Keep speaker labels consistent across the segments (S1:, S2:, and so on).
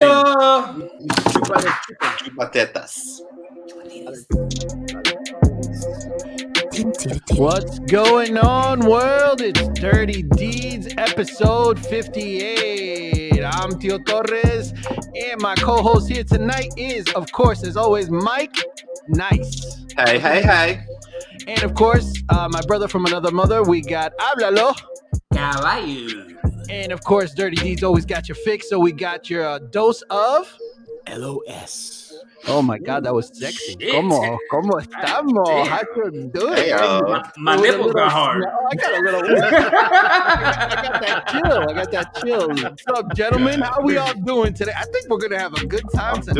S1: Uh,
S2: Chupa, chupa, chupatetas.
S1: What's going on, world? It's Dirty Deeds, episode 58. I'm Tio Torres, and my co host here tonight is, of course, as always, Mike Nice.
S2: Hey, hey, hey.
S1: And of course, uh, my brother from another mother, we got Hablalo.
S3: How are you?
S1: And of course, Dirty Deeds always got your fix, so we got your uh, dose of.
S3: LOS.
S1: Oh my God, that was sexy. Como, como estamos? How you doing?
S2: Hey, uh,
S3: My, my
S1: With a
S3: nipple
S1: little
S3: got hard.
S1: sn- Oh, I got a little. I got that chill. I got that chill. What's up, gentlemen? How we all doing today? I think we're gonna have a good time
S2: I'm
S1: tonight.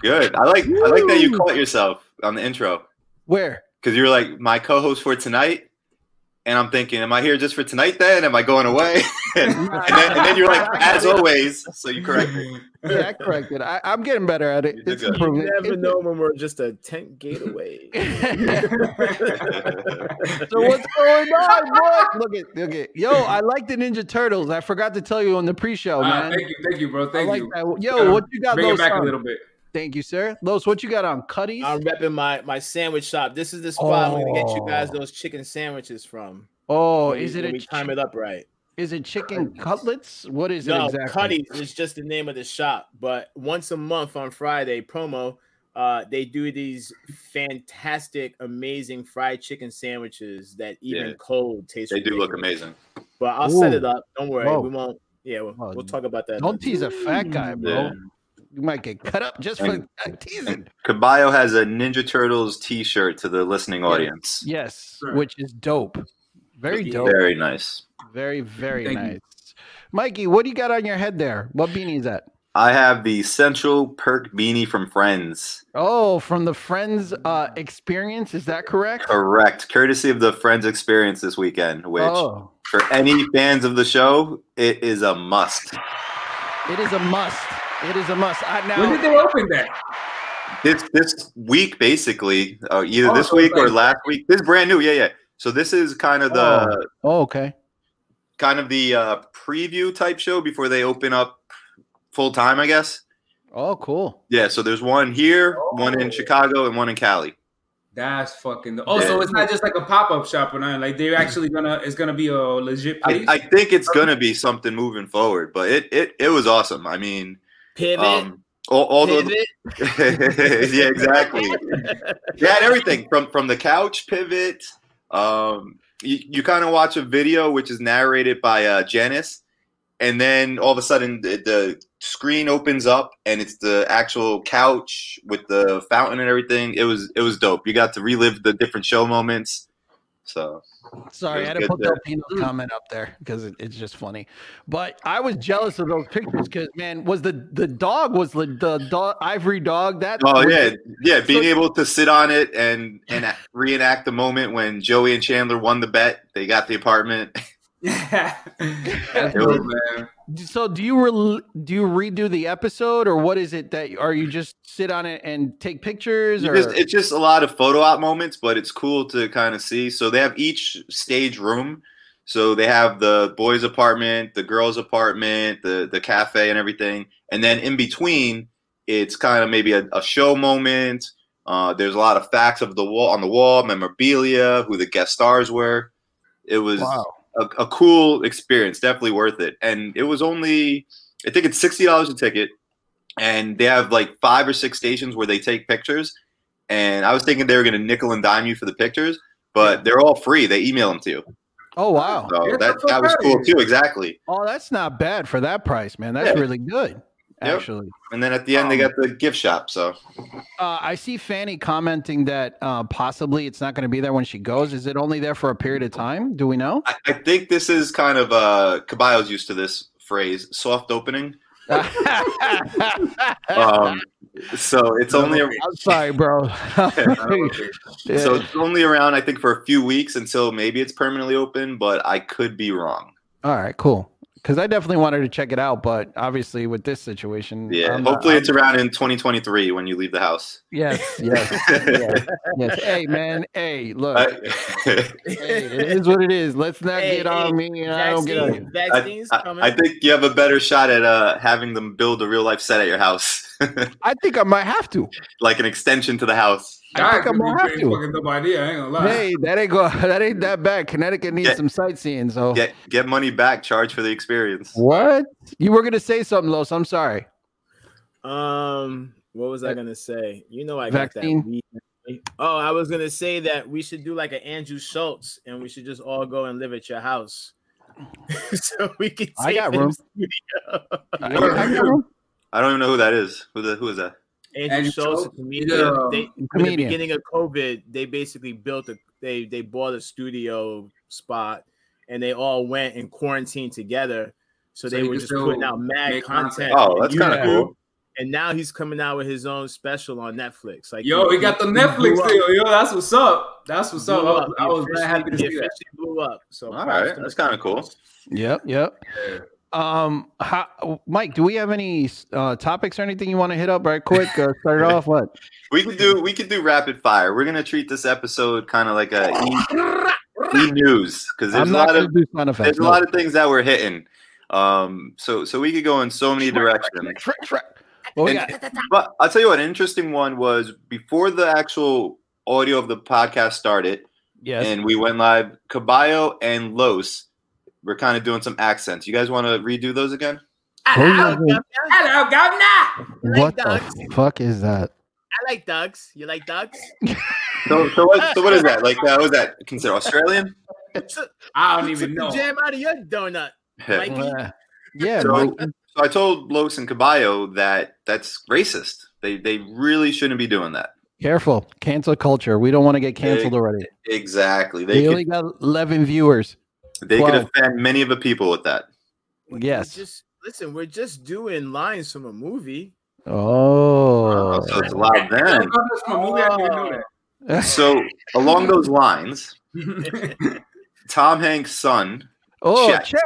S2: doing good. I like I like that you
S1: Woo.
S2: caught yourself on the intro
S1: Where?
S2: because you were like my co-host for tonight, and I'm thinking, am I here just for tonight? Then am I going away? and, then, and then you're like, as always. So you correct me.
S1: yeah, I corrected. I, I'm getting better at it.
S2: You did
S1: It's
S2: good.
S4: You
S1: improvement.
S4: never know when we're just a tent gate away.
S1: so what's going on? What? Look at, look at. Yo, I like the Ninja Turtles. I forgot to tell you on the pre-show,
S3: Uh,
S1: man.
S3: thank you, thank you, bro.
S1: I
S3: Thank
S1: like
S3: you. Uh,
S1: that. Yo, what you got,
S3: Bring it
S1: Los?
S3: back a
S1: on?
S3: little Uh, bit.
S1: Thank you, sir. Los, what you got on Cuddies?
S4: I'm repping my, my sandwich shop. This is the spot I'm gonna get you guys
S1: Oh.
S4: those chicken sandwiches from.
S1: oh,
S4: When we-
S1: is it
S4: when
S1: a
S4: we time
S1: chi-
S4: it up right?
S1: is it chicken cutlets? What is
S4: No,
S1: it exactly?
S4: Cuddy's is just the name of the shop. But once a month on Friday, promo, uh, they do these fantastic, amazing fried chicken sandwiches that even
S2: Yeah.
S4: cold taste.
S2: They do look
S4: ridiculous.
S2: amazing.
S4: But I'll set
S1: Ooh.
S4: it up. Don't worry,
S1: Whoa.
S4: we won't. Yeah, we'll,
S1: Oh,
S4: we'll talk about that.
S1: Don't
S4: another
S1: tease a fat
S3: Mm.
S1: guy, bro.
S2: Yeah.
S1: You might get cut up just for
S2: And-
S1: that teasing.
S2: Caballo has a Ninja Turtles T-shirt to the listening audience.
S1: Yes,
S3: Sure.
S1: which is dope. Very
S3: Yeah.
S1: dope.
S2: Very nice.
S1: Very, very
S3: Thank you.
S1: nice. Mikey, what do you got on your head there? What beanie is that?
S2: I have the Central Perk beanie from Friends.
S1: Oh, from the Friends uh, experience. Is that correct?
S2: Correct. Courtesy of the Friends experience this weekend, which
S1: Oh,
S2: for any fans of the show, it is a must.
S1: it is a must. It is a must. I
S3: When did
S1: now.
S3: they open that?
S2: This this week basically, uh, either
S3: Oh,
S2: this
S3: so
S2: week or
S3: like-
S2: last week. This is brand new, yeah, yeah. So this is kind of the
S1: Oh, okay.
S2: kind of the uh, preview type show before they open up full time, I guess.
S1: Oh, cool.
S2: Yeah. So there's one here, one
S3: Oh.
S2: in Chicago, and one in Cali.
S3: That's fucking. The- oh, so it's not just like a pop up shop or nothing. Like they're actually gonna. It's gonna be a legit
S2: I,
S3: place.
S2: I think it's gonna be something moving forward, but it it, it was awesome. I mean,
S4: Pivot.
S2: um, all, all those
S4: pivot.
S2: yeah, exactly. they had everything from from the couch pivot. Um, you, you kind of watch a video which is narrated by uh, Janice, and then all of a sudden the, the screen opens up and it's the actual couch with the fountain and everything. It was it was dope. You got to relive the different show moments. So
S1: Sorry, I had to
S2: Good
S1: put
S2: there.
S1: that peanut comment up there because it, it's just funny. But I was jealous of those pictures because man, was the the dog was the the dog ivory dog that?
S2: oh
S1: was-
S2: yeah, yeah, being able to sit on it and and reenact the moment when Joey and Chandler won the bet, they got the apartment.
S3: That's dope, man.
S1: So do you re- do you redo the episode or what is it that are you just sit on it and take pictures
S2: You
S1: or
S2: just- it's just a lot of photo op moments, but it's cool to kind of see. So they have each stage room. So they have the boys' apartment, the girls' apartment, the the cafe, and everything. And then in between, it's kind of maybe a, a show moment. Uh, there's a lot of facts of the wall on the wall, memorabilia, who the guest stars were. It was
S1: wow.
S2: a, a cool experience, definitely worth it. And it was only, I think it's sixty dollars a ticket, and they have like five or six stations where they take pictures. And I was thinking they were going to nickel and dime you for the pictures, but they're all free. They email them to you,
S1: Oh wow.
S2: so
S3: Get
S2: that
S3: the fuck
S2: that was
S3: outta
S2: cool
S3: here.
S2: too. Exactly.
S1: Oh, that's not bad for that price, man. That's
S2: Yeah.
S1: really good.
S2: Yep.
S1: Actually.
S2: And then at the end, they got the gift shop. So
S1: Uh, I see Fanny commenting that uh, possibly it's not going to be there when she goes. Is it only there for a period of time? Do we know?
S2: I, I think this is kind of uh, Caballo's used to this phrase, soft opening. Um, so it's only a,
S1: I'm sorry, bro.
S3: I don't know.
S1: Yeah.
S2: So it's only around, I think, for a few weeks until maybe it's permanently open, but I could be wrong.
S1: All right, cool. because I definitely wanted to check it out, but obviously with this situation,
S2: Yeah.
S1: I'm not-
S2: Hopefully, it's
S1: I'm-
S2: around in 2023 when you leave the house.
S1: Yes, yes, yes, yes. Hey, man. Hey, look.
S2: I,
S1: hey, it is what it is. Let's not
S4: Hey,
S1: get
S4: hey,
S1: on me, and I don't get on you.
S4: Vaccine- vaccines
S2: I-
S4: coming.
S2: I think you have a better shot at uh, having them build a real life set at your house,
S1: I think I might have to.
S2: like an extension to the house.
S1: I think I'm
S3: could be
S1: gonna have
S3: pretty
S1: to.
S3: Fucking dope idea. I ain't gonna lie.
S1: Hey, that ain't go. That ain't that bad. Connecticut needs
S2: Uh-huh. Yeah.
S1: some sightseeing. So
S2: Get get money back, charge for the experience.
S1: what? You were gonna say something, Los. I'm sorry.
S4: Um, what was I gonna say? You know, I got
S1: Vaccine?
S4: that. weed. Oh, I was gonna say that we should do like an Andrew Schultz, and we should just all go and live at your house, so we can.
S1: I got
S4: save
S1: room.
S4: him.
S1: I-
S2: Yeah.
S1: I got one.
S2: I don't even know who that is. Who the who is that?
S4: Andrew,
S3: Andrew
S4: Schultz,
S3: Schultz,
S4: a comedian.
S3: yeah.
S4: They, in the
S1: Comedian.
S4: beginning of COVID, they basically built a they they bought a studio spot, and they all went and quarantined together. So,
S3: So
S4: they
S3: you
S4: were
S3: can
S4: just
S3: still
S4: putting out mad
S3: make content.
S4: content.
S2: Oh,
S4: on
S2: that's kind
S1: Yeah.
S2: of cool.
S4: and now he's coming out with his own special on Netflix. Like,
S3: Yo, he got the Netflix
S4: blew up.
S3: deal. Yo, that's what's up. That's what's up. I
S4: blew
S3: was,
S4: up.
S3: I
S4: He
S3: was
S4: officially-
S3: happy to
S4: he
S3: see that.
S4: officially blew up. So,
S2: All
S4: props
S2: right,
S4: to
S2: that's
S4: him.
S2: kind of cool.
S1: Yep, yep. Um, how, Mike, do we have any uh, topics or anything you want to hit up right quick? Uh, start it off. What?
S2: We could do we could do rapid fire. We're gonna treat this episode kind of like a e, e news because there's
S1: I'm not
S2: a lot
S1: gonna
S2: of
S1: do sound effects.
S2: there's a
S1: no.
S2: lot of things that we're hitting. Um, so so we could go in so many directions.
S1: What we
S2: And-
S1: got?
S2: But I'll tell you what, an interesting one was before the actual audio of the podcast started,
S1: Yes.
S2: and we went live. Caballo and Los were kind of doing some accents. You guys want to redo those again?
S4: Hello,
S1: Who's
S4: governor.
S3: Hello, governor.
S4: You like
S1: what the
S4: dogs?
S1: fuck is that?
S4: I like ducks. You like ducks?
S2: So so what, so what is that? Like uh, what was that considered Australian?
S4: Took-
S3: I don't
S4: you
S3: even
S4: took the
S3: know.
S4: Jam out of your donut. Like-
S1: Uh, yeah,
S2: So-
S1: Mike,
S2: So I told Los and Caballo that that's racist. They they really shouldn't be doing that.
S1: careful. Cancel culture. We don't want to get canceled already.
S2: Exactly.
S1: They
S2: They
S1: only
S2: could,
S1: got 11 viewers.
S2: they could
S1: Wow.
S2: offend many of the people with that.
S4: We're
S1: Yes.
S4: Just listen. We're just doing lines from a movie.
S1: Oh.
S2: so it's allowed then.
S3: That's my movie. I didn't know
S2: So along those lines,
S3: that.
S2: Tom Hanks' son
S1: oh,
S2: Chet.
S1: Chet.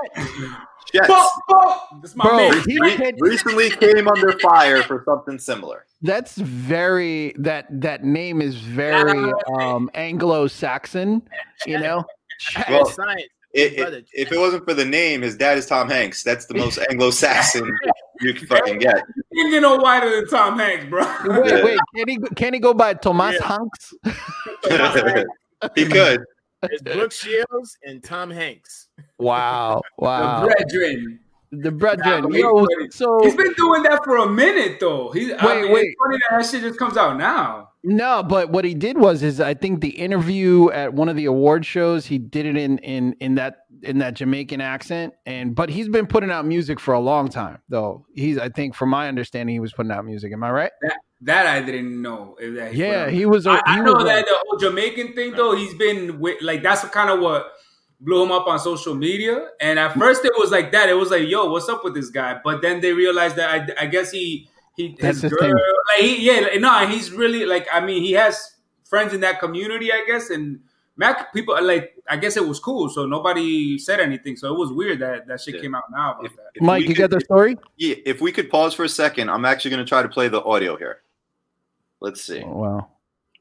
S2: Jets,
S3: Bump, bump. That's my
S1: Bro,
S3: man.
S1: he
S3: Right?
S1: can-
S2: recently came under fire for something similar.
S1: That's very that that name is very um Anglo-Saxon, you know. Chet.
S2: Well,
S4: science.
S2: It- it-
S4: Brother,
S2: if it wasn't for the name, his dad is Tom Hanks. That's the most Anglo-Saxon you can fucking get.
S3: You can get no whiter than Tom Hanks, bro.
S1: Wait, wait, can he can he go by Tomas Hanks?
S2: he could.
S4: It's Brooke Shields and Tom Hanks.
S1: Wow,
S3: The
S1: wow.
S3: brethren.
S1: The brethren.
S3: Nah,
S1: Yo,
S3: wait, wait.
S1: so
S3: He's been doing that for a minute though. He, I
S1: Wait,
S3: mean,
S1: wait.
S3: It's funny that that shit just comes out now.
S1: no, but what he did was is I think the interview at one of the award shows he did it in in in that in that Jamaican accent and but he's been putting out music for a long time though. He's I think from my understanding he was putting out music. Am I right?
S3: That I didn't know. If that
S1: Yeah, he was. a-
S3: I, I
S1: he
S3: know
S1: was a-
S3: that the whole Jamaican thing though, he's been with like that's kind of what blew him up on social media. And at first it was like that. It was like, yo, what's up with this guy? But then they realized that I, I guess he he
S1: That's his
S3: his girl
S1: thing.
S3: like he, yeah like, no he's really like I mean he has friends in that community I guess and Mac people are like I guess it was cool so nobody said anything so it was weird that that shit
S2: Yeah.
S3: came out now about
S2: If-
S3: that.
S2: if
S1: Mike,
S2: we
S1: you got
S2: could-
S1: the story?
S2: Yeah, if we could pause for a second, I'm actually going to try to play the audio here. Let's see.
S1: Oh, wow.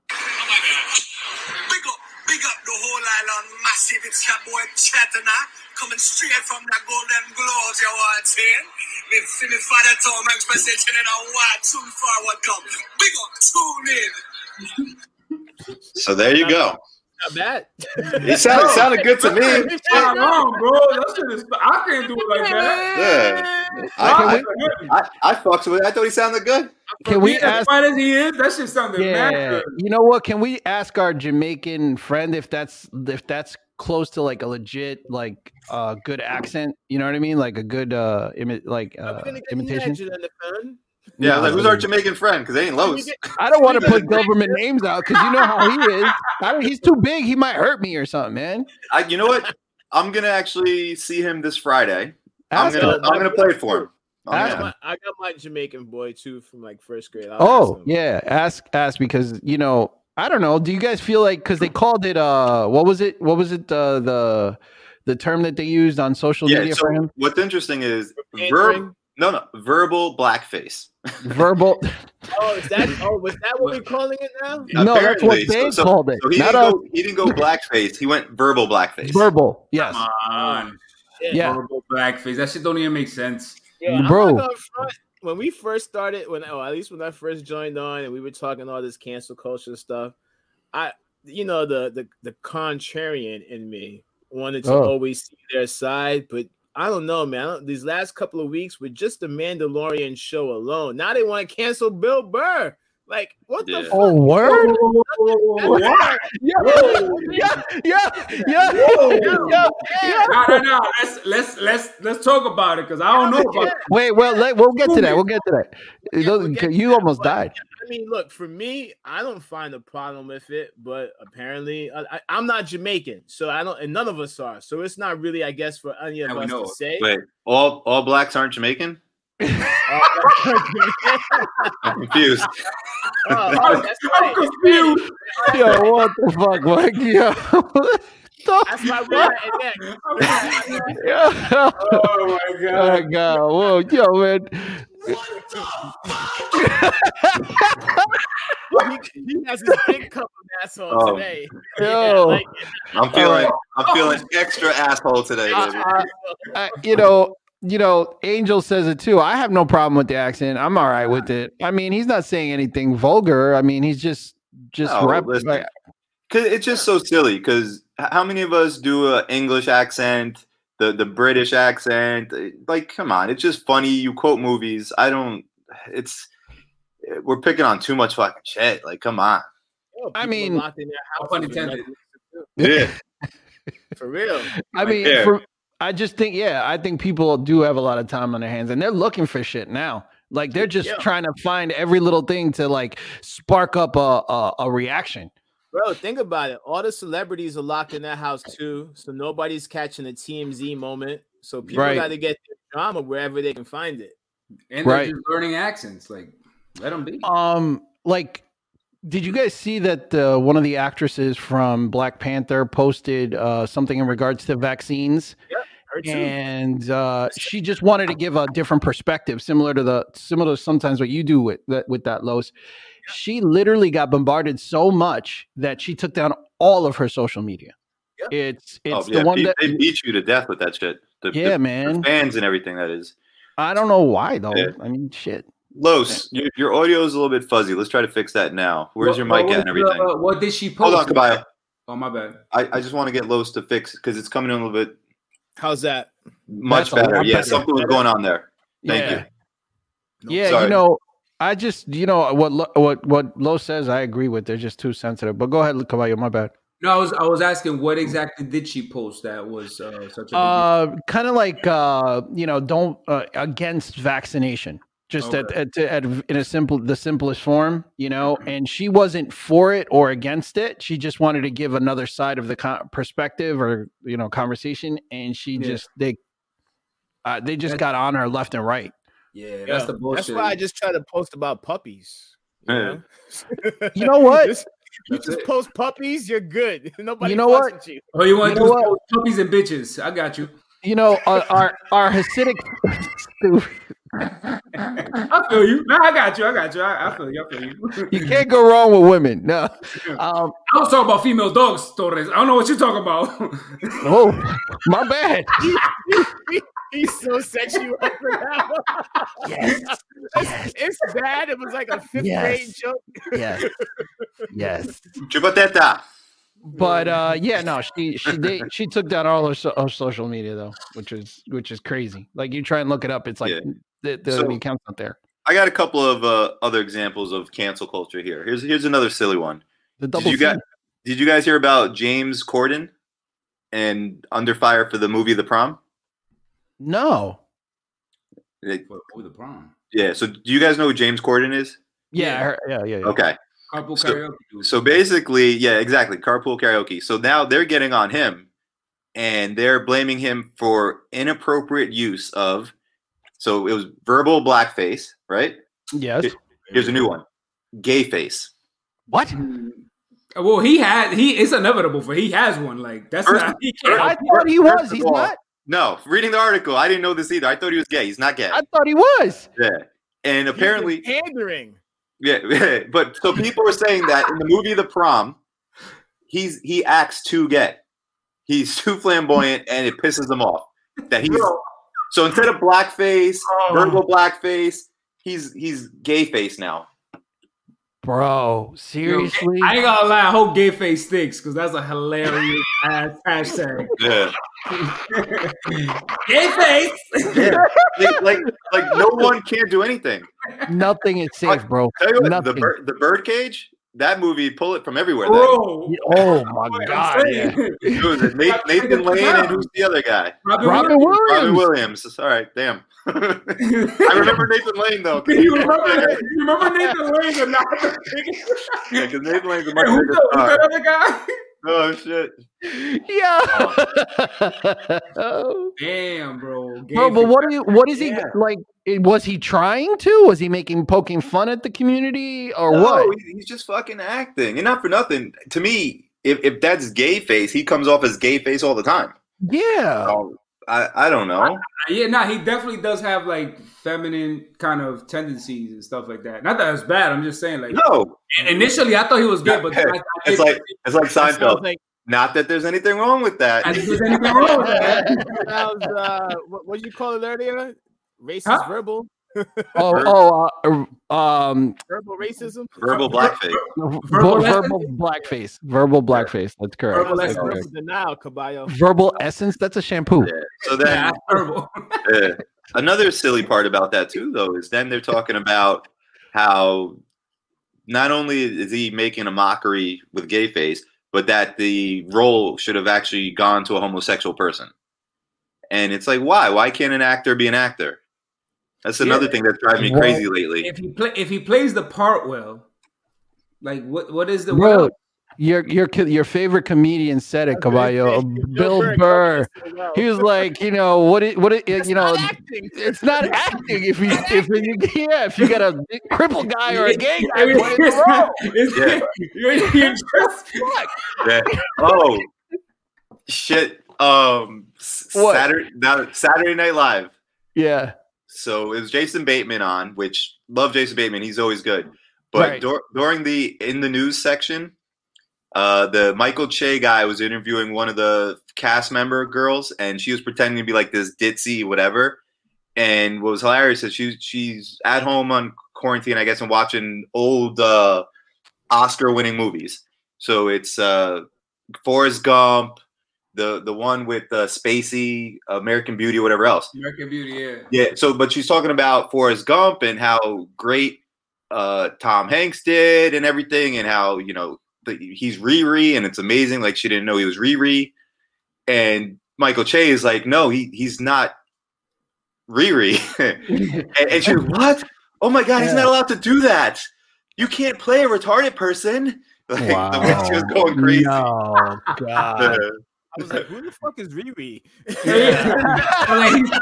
S5: Big up, big up the whole island massive. It's your boy Chetana coming straight from the Golden Globes, you watching. Me see me father Tom Hanks presenting and I watch tune forward come. Big up, tune in.
S2: So there you go.
S4: Not bad.
S2: It sounded, sounded good to me.
S3: Not wrong, bro. That shit is. I can't do it like that.
S2: Yeah.
S1: Can
S2: I,
S1: we-
S2: I, I, I fucked with it. I thought he sounded good.
S1: Can we
S3: as
S1: ask?
S3: fine as he is, that shit sounded mad
S1: Yeah,
S3: good.
S1: you know what? Can we ask our Jamaican friend if that's if that's close to like a legit like uh good accent? You know what I mean? Like a good uh imi- like
S4: Are
S1: uh,
S4: we gonna get
S1: imitation.
S4: Nigel on the phone?
S2: Yeah, I was like, who's our Jamaican friend? Because they ain't
S4: Can we
S2: Lowe's.
S4: get-
S1: I don't want to put government names out because you know how he is. I don't, he's too big. He might hurt me or something, man.
S2: I, you know what? I'm going to actually see him this Friday. I'm
S1: Ask
S2: going to
S1: him.
S2: I'm gonna play it for him. Oh,
S4: I
S1: Ask
S4: got
S2: yeah.
S4: my- I got my Jamaican boy too from like first grade. I'll ask
S1: Oh
S4: him.
S1: yeah, ask ask because you know I don't know. Do you guys feel like because they called it uh what was it what was it uh, the the term that they used on social
S2: Yeah.
S1: media
S2: So
S1: for him?
S2: what's interesting is
S4: Pandering?
S2: verb. No, no, verbal blackface.
S1: Verbal.
S4: Oh, is that? Oh, was that what we're calling it now?
S1: no, that's what
S2: Apparently.
S1: they
S2: So- so-
S1: called it.
S2: So he
S1: Not
S2: didn't,
S1: us.
S2: go, he didn't go blackface. He went verbal blackface.
S1: Verbal. Yes.
S3: Come on.
S4: Shit.
S1: Yeah.
S3: Horrible blackface. That shit don't even make sense.
S4: Yeah, I'm
S1: Bro.
S4: not gonna front. When we first started, when oh, at least when I first joined on, and we were talking all this cancel culture stuff, I, you know, the the the contrarian in me wanted to
S1: Oh.
S4: always see their side, but I don't know, man. I don't- these last couple of weeks with just the Mandalorian show alone, now they want to cancel Bill Burr. Like, what
S2: Yeah.
S4: the fuck?
S1: Oh, word.
S4: That's-
S1: Yeah. Yeah. Yeah. Yeah. Yeah. Yeah.
S3: No, no, no. Let's let's let's let's talk about it because I don't know about
S1: Wait, well, let, we'll get to that. We'll get to that. Those-
S4: we'll get
S1: you
S4: to that,
S1: almost
S4: but-
S1: died.
S4: I mean, look, for me, I don't find a problem with it, but apparently I, I, I'm not Jamaican, so I don't, and none of us are. So it's not really, I guess, for any of
S3: Yeah, we
S4: us
S3: know.
S4: to say.
S2: Wait, all all blacks aren't Jamaican? I'm confused.
S4: Oh, oh, that's
S3: I'm
S4: right.
S3: confused.
S1: Yo, what the fuck, Mike? Yo.
S4: That's why we're at that.
S3: I'm confused.
S1: Yeah.
S3: oh my
S1: Oh,
S3: god.
S1: God. Whoa, yo, man.
S4: He, he has his big cup of ass on
S2: Oh.
S4: today.
S1: Yo.
S4: like,
S2: I'm feeling I'm feeling extra asshole today. baby.
S1: I, I, I- you know, you know, Angel says it too. I have no problem with the accent. I'm all right with it. I mean, he's not saying anything vulgar. I mean, he's just just
S2: No,
S1: rep-
S2: Oh, listen.
S1: like,
S2: Cause it's just so silly. Cause h- how many of us do a English accent, the the British accent? Eh, Like, come on, it's just funny. You quote movies. I don't. It's eh, we're picking on too much fucking shit. Like, come on.
S4: yo,
S1: I
S4: Oh, people
S1: mean-
S4: are locked in their
S3: No
S4: houses
S3: pun
S4: with
S3: intended.
S4: nothing-
S2: Yeah.
S4: for real.
S1: I
S2: right
S1: mean,
S2: there.
S1: for, I just think yeah, I think people do have a lot of time on their hands, and they're looking for shit now. Like they're just
S4: Yeah.
S1: trying to find every little thing to like spark up a a, a reaction.
S4: Bro, think about it. All the celebrities are locked in that house too, so nobody's catching a TMZ moment. So people
S1: Right.
S4: got to get their drama wherever they can find it.
S3: And they're
S1: Right.
S3: just learning accents. Like, let them be.
S1: Um, like, did you guys see that uh, one of the actresses from Black Panther posted uh, something in regards to vaccines?
S4: Her too.
S1: and uh, she just wanted to give a different perspective, similar to the similar to sometimes what you do with that with that Lois. She literally got bombarded so much that she took down all of her social media.
S4: Yeah.
S1: It's
S2: Oh,
S1: it's
S2: yeah.
S1: the one
S2: pe-
S1: that
S2: they beat you to death with that shit. The, the-
S1: yeah,
S2: the
S1: man.
S2: fans and everything that is.
S1: I don't know why though.
S2: Yeah.
S1: I mean, shit.
S2: Los, your, your audio is a little bit fuzzy. Let's try to fix that now. Where's your
S3: What-
S2: mic at and
S3: what was,
S2: everything?
S3: uh, what did she post?
S2: Hold on, Kabaya.
S3: Oh my bad.
S2: I, I just want to get Los to fix because it's coming in a little bit
S4: How's that?
S2: much
S1: That's a lot
S2: better. Yeah,
S1: better.
S2: something was going on there. Thank
S1: yeah.
S2: you.
S1: Yeah,
S2: Sorry.
S1: you know, I just you know what Lo, what what Lo says. I agree with. They're just too sensitive. But go ahead, Caballo. My bad.
S3: No, I was I was asking what exactly did she post that was uh, such a big
S1: uh kind of like uh you know don't uh, against vaccination just at, at, at in a simple the simplest form you know and she wasn't for it or against it she just wanted to give another side of the con- perspective or you know conversation and she
S3: Yeah.
S1: just they uh, they just
S3: That's-
S1: got on her left and right
S3: yeah, that's the bullshit.
S4: That's why I just try to post about puppies. you
S2: Yeah.
S4: know?
S1: you know what
S4: Just- you
S3: That's
S4: just
S3: it.
S4: post puppies, you're good. Nobody
S1: know
S4: fucks
S1: what?
S4: with you.
S3: oh, you want
S1: You
S3: to
S1: know
S3: do
S1: what?
S3: is post puppies and bitches? I got you.
S1: you know uh, our our hasidic
S3: I feel you. No, I got you. I got you. I, I feel you. I feel you.
S1: you can't go wrong with women no um
S3: I was talking about female dogs, Torres. I don't know what you're talking about.
S1: oh my bad
S4: He's so sexual now.
S1: yes
S4: It's, it's bad. It was like a fifth
S1: Yes.
S4: grade joke.
S1: yes yes
S2: Chupateta.
S1: but uh yeah no she she did she took down all her, so, her social media though which is which is crazy like you try and look it up it's like
S2: Yeah.
S1: the, the,
S2: So-
S1: the account's not there
S2: I got a couple of uh, other examples of cancel culture here. Here's here's another silly one.
S1: the
S2: Did
S1: double
S2: you,
S1: C.
S2: guys, did you guys hear about James Corden and under fire for the movie The Prom?
S1: no
S2: Like,
S3: What- what the problem?
S2: yeah. So do you guys know who James Corden is?
S1: yeah
S3: Yeah.
S1: I heard- yeah yeah, yeah.
S2: Okay.
S3: Carpool
S2: So-
S3: karaoke. dude.
S2: So basically, yeah, exactly. Carpool karaoke. So now they're getting on him and they're blaming him for inappropriate use of. So it was verbal blackface, right?
S1: yes
S2: Here's a new one gay face.
S1: what
S3: Mm, Well, he had he. It's inevitable for he has one. Like that's
S2: First-
S3: not. He can't.
S1: I thought he
S2: First
S1: was.
S2: of
S1: He's
S2: all,
S1: not.
S2: No, reading the article, I didn't know this either. I thought he was gay. He's not gay.
S1: I thought he was.
S2: yeah. And apparently,
S4: pandering.
S2: yeah, but so people were saying that in the movie The Prom, he's he acts too gay. He's too flamboyant and it pisses them off. That he's
S3: Bro.
S2: so instead of blackface,
S3: Oh.
S2: verbal blackface, he's he's gay face now.
S1: Bro, seriously?
S3: I ain't gonna lie. I hope gay face sticks because that's a hilarious ass hashtag.
S2: Yeah.
S3: Gay face.
S2: like, like like no one can do anything.
S1: Nothing is safe, bro.
S2: Tell you what, the
S1: Nothing.
S2: bird, the birdcage, that movie pull it from everywhere. then.
S3: Bro.
S1: Oh my
S3: I'm
S1: god. yeah.
S3: saying.
S2: Who is it? Nathan, Nathan Lane and who's the other guy?
S3: Robin
S1: Robin
S3: Williams.
S1: Williams.
S2: Robin Williams. It's All right, damn. I remember Nathan Lane though. Because
S3: you remember, you remember Nathan Lane or not? Who's
S2: Nathan Lane's a much
S3: the,
S2: bigger
S3: who's
S2: star.
S3: that other guy?
S2: Oh shit.
S3: Oh.
S1: Yo.
S3: Damn, bro. Gay
S1: Bro, but
S3: face.
S1: what do you what is he
S2: Yeah.
S1: like? it- Was he trying to? Was he making poking fun at the community or
S2: No,
S1: what?
S2: he- he's just fucking acting, and not for nothing. To me, if, if that's gay face, he comes off as gay face all the time.
S1: Yeah.
S2: So, I I don't know.
S3: Yeah, nah, he definitely does have like feminine kind of tendencies and stuff like that. Not that it's bad. I'm just saying, like
S2: No,
S3: initially, I thought he was good, but I, I
S2: it's like it's like
S4: That sounds
S2: Seinfeld.
S4: like
S2: Not that there's anything wrong with
S3: I
S2: that.
S3: think there's anything wrong with that.
S4: sounds, uh, what what did you call it earlier? Racist
S3: Huh?
S4: verbal
S1: Oh, oh, uh, um,
S4: verbal racism.
S2: Verbal blackface.
S1: verbal,
S3: Verbal
S1: verbal blackface, verbal blackface. That's correct.
S3: Verbal
S1: That's
S3: essence.
S1: correct.
S4: Verbal denial, Caballo.
S1: Verbal essence. That's a shampoo.
S2: Yeah. So then
S3: Yeah, that's terrible.
S2: Yeah. Another silly part about that too, though, is then they're talking about how not only is he making a mockery with gay face, but that the role should have actually gone to a homosexual person. And it's like, why? Why can't an actor be an actor? That's another
S3: Yeah.
S2: thing that's driving me
S1: Well,
S2: crazy lately.
S3: If he play, if he plays the part well, like what what is the
S1: Bro,
S3: what
S1: your your co- your favorite comedian said it, Caballo. um, Bill Burr. He was like, you know, what it, what it, you know, it's not acting if you if you yeah if you got a crippled guy or a gay guy playing the role.
S3: It's-
S2: Yeah.
S3: you're, you're just
S1: Fuck.
S2: Yeah. Oh shit! Um, s-
S1: What?
S2: Saturday, now, Saturday Night Live.
S1: Yeah,
S2: So it was Jason Bateman on, which love Jason Bateman. He's always good. But
S1: Right.
S2: dur- during the in the news section, uh, the Michael Che guy was interviewing one of the cast member girls, and she was pretending to be like this ditzy whatever. And what was hilarious is she she's at home on quarantine, I guess, and watching old uh, Oscar winning movies. So it's uh, Forrest Gump, the the one with uh, Spacey, American Beauty, whatever else.
S3: American Beauty. Yeah,
S2: Yeah. So, but she's talking about Forrest Gump and how great uh, Tom Hanks did and everything, and how you know the, he's Riri, and it's amazing. Like she didn't know he was Riri, and Michael Che is like, no, he he's not Riri, and, and she's what? Oh my God, he's
S1: Yeah.
S2: not allowed to do that. You can't play a retarded person. Like, the way she was going crazy. Oh,
S1: No, God.
S4: I was like, who the fuck is Riri?
S3: Like, he's-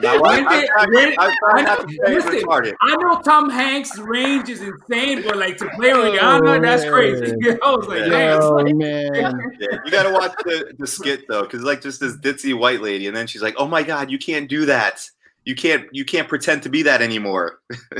S2: Now, I,
S3: When did-
S2: I,
S3: when-
S2: I, I,
S3: I
S2: I,
S3: know-
S2: I,
S3: listen,
S2: retarded.
S3: I know Tom Hanks' range is insane, but like to play Rihanna,
S1: Oh,
S3: that's crazy. I was like,
S2: Yeah.
S3: damn.
S1: Oh man,
S2: Yeah, you gotta watch the, the skit though, because like just this ditzy white lady, and then she's like, "Oh my god, you can't do that. You can't. You can't pretend to be that anymore."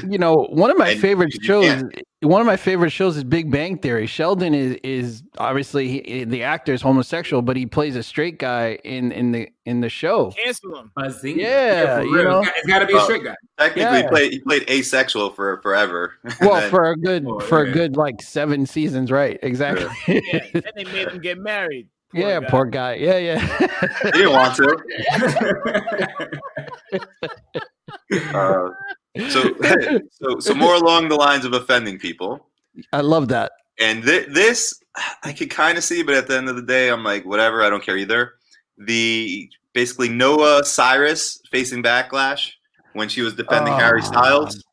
S1: you know one of my
S2: And
S1: favorite
S2: you
S1: shows.
S2: can't.
S1: One of my favorite shows is Big Bang Theory. Sheldon is is obviously he, the actor is homosexual, but he plays a straight guy in in the in the show.
S4: Cancel him.
S3: Bazinga.
S1: Yeah,
S3: for
S1: you
S3: real.
S1: know?
S3: It's got- it's got to
S2: Oh.
S3: be a straight guy.
S2: Technically, he
S1: Yeah.
S2: played he played asexual for forever. And
S1: Well,
S2: then-
S1: for a good
S3: Oh,
S1: for
S3: yeah.
S1: a good like seven seasons, right? Exactly.
S4: Yeah. And they made him get married.
S1: yeah,
S4: guy.
S1: poor guy. Yeah, yeah.
S2: he didn't want to. Uh, so, so, so more along the lines of offending people,
S1: I love that.
S2: and thi- this I could kind of see, but at the end of the day, I'm like, whatever. I don't care either. The basically Noah Cyrus facing backlash when she was defending Harry
S1: Oh.
S2: Styles.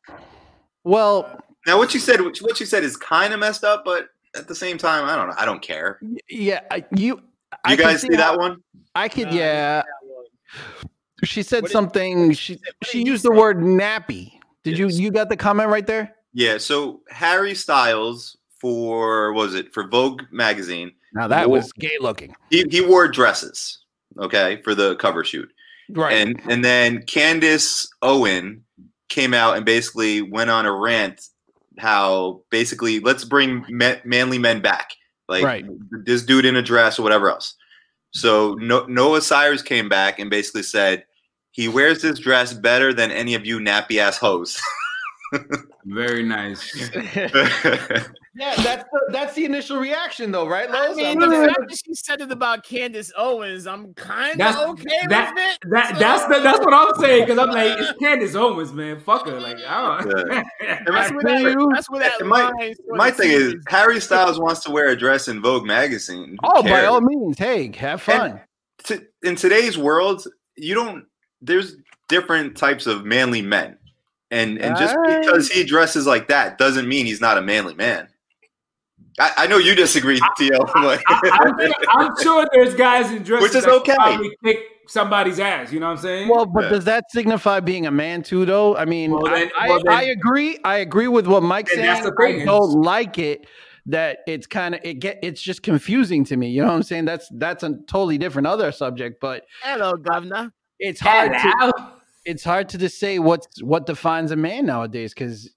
S1: Well,
S2: Now, what you said, what you said is kind of messed up, but at the same time, I don't know. I don't care. You
S1: y- yeah, I- you. You
S2: guys see that one?
S1: I could.
S4: Nah,
S1: yeah, she said
S4: What did-
S1: something. she
S4: said- what
S1: she
S4: did you
S1: used the
S4: say?
S1: word nappy. Did
S2: Yes.
S1: you you got the comment right there?
S2: Yeah. So Harry Styles for what was it for Vogue magazine.
S1: Now that
S2: Whoa.
S1: was gay looking,
S2: He, he wore dresses, okay, for the cover shoot.
S1: right?
S2: And and then Candace Owen came out and basically went on a rant how basically let's bring ma- manly men back. Like
S1: Right.
S2: this dude in a dress or whatever else. So no- Noah Cyrus came back and basically said he wears this dress better than any of you nappy ass hoes. Uh,
S3: Very nice.
S1: yeah, that's the, that's the initial reaction though, right?
S4: I
S1: Lois?
S4: mean,
S1: I'm
S4: the
S1: just-
S4: fact that she said it about Candace Owens, I'm kind of
S3: That's-
S4: okay
S3: that-
S4: with it.
S3: That that's the, that's what I'm saying because I'm like it's Candace Owens, man. Fuck her, like I don't.
S4: That's where that,
S1: you.
S4: that's where that
S2: And my-
S4: line sort
S2: My
S4: of
S2: thing is
S4: seems.
S2: Harry Styles wants to wear a dress in Vogue magazine. Who
S1: oh, by
S2: cares?
S1: all means, hey, have fun.
S2: to, in today's world, you don't. There's different types of manly men, and and just
S1: Right.
S2: because he dresses like that doesn't mean he's not a manly man. I, I know you disagree, TL, like-
S3: I, I'm, sure- I'm sure there's guys in dresses
S2: Which is
S3: that
S2: okay.
S3: probably kick somebody's ass. You know what I'm saying?
S1: Well, but
S2: Yeah.
S1: does that signify being a man too, though? I mean,
S3: Well, then-
S1: I,
S3: well, then-
S1: I, I agree. I agree with what Mike's
S3: Then
S1: saying.
S3: that's the
S1: I
S3: thing.
S1: don't like it that it's kind of it get it's just confusing to me. You know what I'm saying? That's that's a totally different other subject, but
S4: hello, governor.
S1: it's hard to
S3: Hello?
S1: it's hard to just say what's what defines a man nowadays because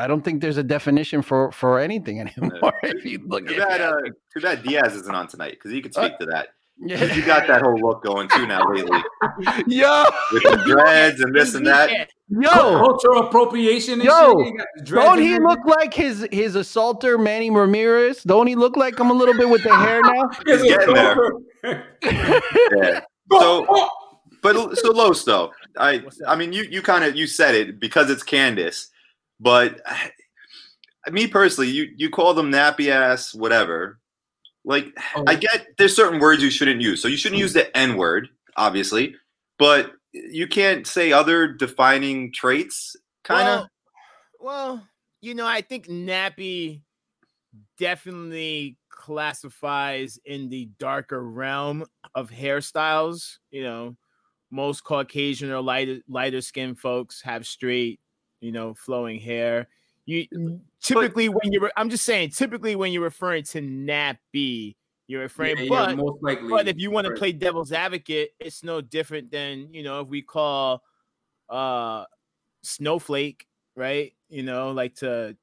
S1: I don't think there's a definition for for anything anymore. If you look
S2: too,
S1: at
S2: bad,
S1: that,
S2: uh, too bad Diaz isn't on tonight because he could speak to that. 'Cause You
S1: yeah.
S2: got that whole look going too now lately
S1: yo,
S2: with the dreads and this and that. Oh.
S1: yo,
S3: cultural appropriation. And
S1: Yo,
S3: shit. You got the dreads
S1: don't
S3: and
S1: he
S3: everything.
S1: look like his his assaulter Manny Ramirez? Don't he look like him a little bit with the hair now?
S3: It's
S2: He's
S3: a
S2: getting there.
S3: cultural-
S2: Yeah. So, but so Los though, I
S4: What's that?
S2: I mean you you kind of you said it because it's Candace, but I- me personally, you you call them nappy ass whatever. Like
S3: Oh.
S2: I get there's certain words you shouldn't use, so you shouldn't use the N word, obviously, but you can't say other defining traits, kind of.
S4: Well, well, you know, I think nappy definitely classifies in the darker realm of hairstyles. You know, most Caucasian or lighter lighter skinned folks have straight, you know, flowing hair. You typically when you're I'm just saying, typically when you're referring to nappy, you're
S3: Yeah,
S4: referring
S3: yeah,
S4: but
S3: most likely.
S4: but if you want to
S3: Right.
S4: play devil's advocate, it's no different than you know if we call uh snowflake, right? You know, like to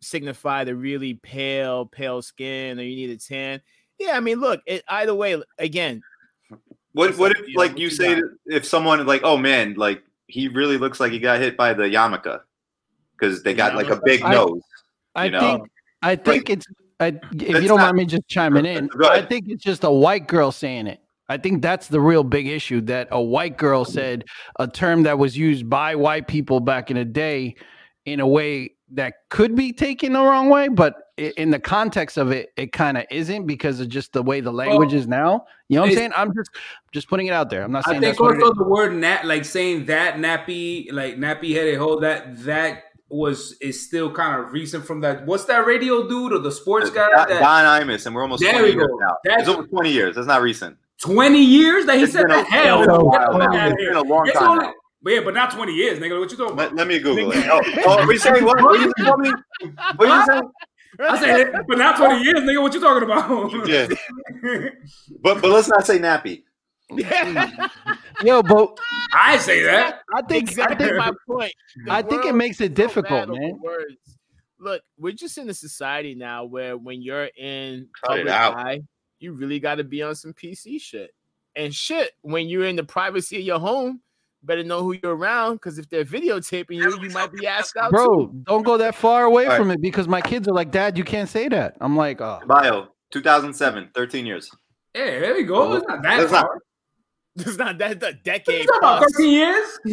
S4: signify the really pale, pale skin, or you need a tan. Yeah, I mean, look, it, either way, again,
S2: What
S4: What's
S2: what
S4: up,
S2: if
S4: Theo?
S2: like
S4: What
S2: you
S4: you
S2: say
S4: got?
S2: that if someone like oh man like he really looks like he got hit by the yarmulke because they got like a
S4: Yarmulke?
S2: big
S1: I-
S2: nose.
S1: I
S2: You know?
S1: think I think it's I if
S2: That's
S1: you don't
S2: not-
S1: mind me just chiming in,
S2: Go
S1: I
S2: ahead.
S1: think it's just a white girl saying it. I think that's the real big issue that a white girl said a term that was used by white people back in the day in a way that could be taken the wrong way, but i- in the context of it, it kind of isn't because of just the way the language is now. You know what I'm
S3: it's-
S1: saying? I'm just just putting it out there. I'm not saying
S3: I think
S1: that's what it is.
S3: also the word nat, like saying that nappy, like nappy headed hoe, that that was is still kind of recent from that. What's that radio dude or the sports guy?
S2: Don,
S3: that-
S2: Don Imus, and we're almost
S3: There
S2: 20
S3: we
S2: years
S3: go.
S2: now.
S3: That's-
S2: it's over 20 years. That's not recent.
S3: Twenty years that he
S2: It's
S3: said
S2: been a-
S3: that hell.
S2: it's been a
S3: get
S2: while
S3: the fuck
S2: now.
S3: outta
S2: It's
S3: here.
S2: been a long
S3: It's
S2: time
S3: only-
S2: now.
S3: Yeah, but not twenty years, nigga. What you talking
S2: Let,
S3: about?
S2: let me Google it. Oh, oh wait, sorry, what, what did you tell me? What did you say?
S3: I said, but not twenty years, nigga. What you talking about?
S2: Yeah. But, but let's not say nappy.
S1: Yo, but
S3: I say
S2: Eh?
S3: that.
S1: I think I
S4: exactly
S1: think
S4: my point. The
S1: I think it
S4: world
S1: makes it
S4: so bad
S1: difficult,
S4: over
S1: man.
S4: Words. Look, we're just in a society now where when you're in
S2: Cut it
S4: public
S2: out.
S4: eye, you really got to be on some PC shit. And shit, when you're in the privacy of your home, better know who you're around because if they're videotaping you, you might be asked out.
S1: Bro, don't go that far away
S2: All
S1: from it because my kids are like, Dad, you can't say that. I'm like, oh,
S2: Bio, 2007, 13 years.
S3: Yeah, there we go. It's not that
S2: That's not-
S3: far.
S4: too. It's not that the
S3: What
S4: decade.
S3: you talking about?
S4: plus.
S3: Thirteen years.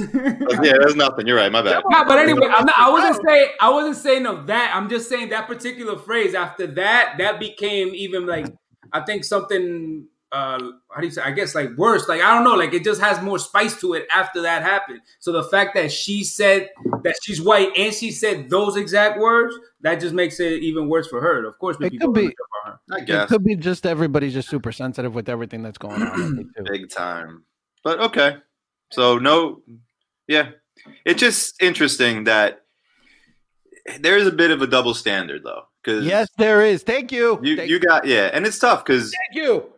S2: Yeah, that's nothing. You're right. My bad.
S3: Nah, but anyway, I'm not, I wasn't saying I wasn't saying of that. I'm just saying that particular phrase. After that, that became even like I think something. Uh, how do you say? I guess like worse. Like I don't know. Like it just has more spice to it after that happened. So the fact that she said that she's white and she said those exact words that just makes it even worse for her. Of course,
S1: It
S3: people
S1: could be-
S3: are gonna
S2: I
S1: it
S2: guess.
S1: could be just everybody's just super sensitive with everything that's going on. lately, too.
S2: Big time. But okay. So, no, yeah. It's just interesting that there is a bit of a double standard though, because
S1: Yes, there is. Thank you.
S2: you
S1: Thank
S2: you got yeah, and it's tough because
S1: thank you.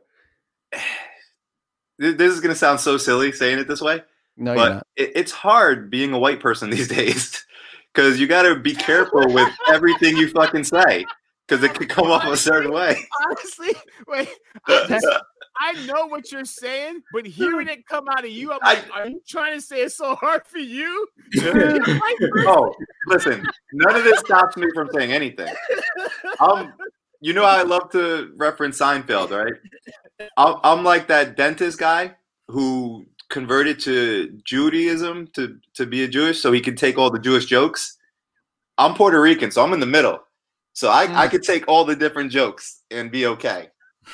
S2: this is gonna sound so silly saying it this way,
S1: No, you're
S2: but
S1: not.
S2: it, it's hard being a white person these days because you got to be careful with everything you fucking say because it could come off a certain way.
S4: Honestly, wait, I- I know what you're saying, but hearing it come out of you, I'm
S2: I-
S4: like, are you trying to say it's so hard for you?
S2: oh, listen, none of this stops me from saying anything. Um, you know, I love to reference Seinfeld, right? I'm, I'm like that dentist guy who converted to Judaism to, to be a Jewish so he could take all the Jewish jokes. I'm Puerto Rican, so I'm in the middle. So I, I could take all the different jokes and be okay.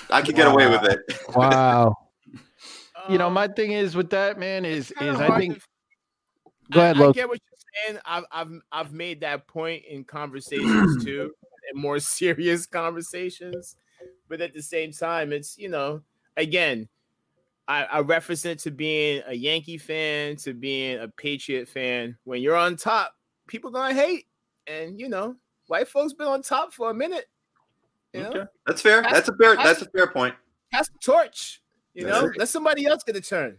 S2: I could get away with it.
S1: Wow. you know,
S4: Um,
S1: my thing is with that man is
S4: kinda
S1: is I
S4: hard
S1: think
S4: to-
S1: Go ahead,
S4: I, I
S1: Loke.
S4: get what you're saying. I've I've I've made that point in conversations too, in more serious conversations. But at the same time, it's you know, again, I, I reference it to being a Yankee fan, to being a Patriot fan. When you're on top, people gonna hate. And you know, white folks been on top for a minute. You know,
S2: Okay. That's fair. That's a fair that's a fair point.
S4: pass the torch. You
S2: That's
S4: know,
S2: right.
S4: let somebody else get a turn.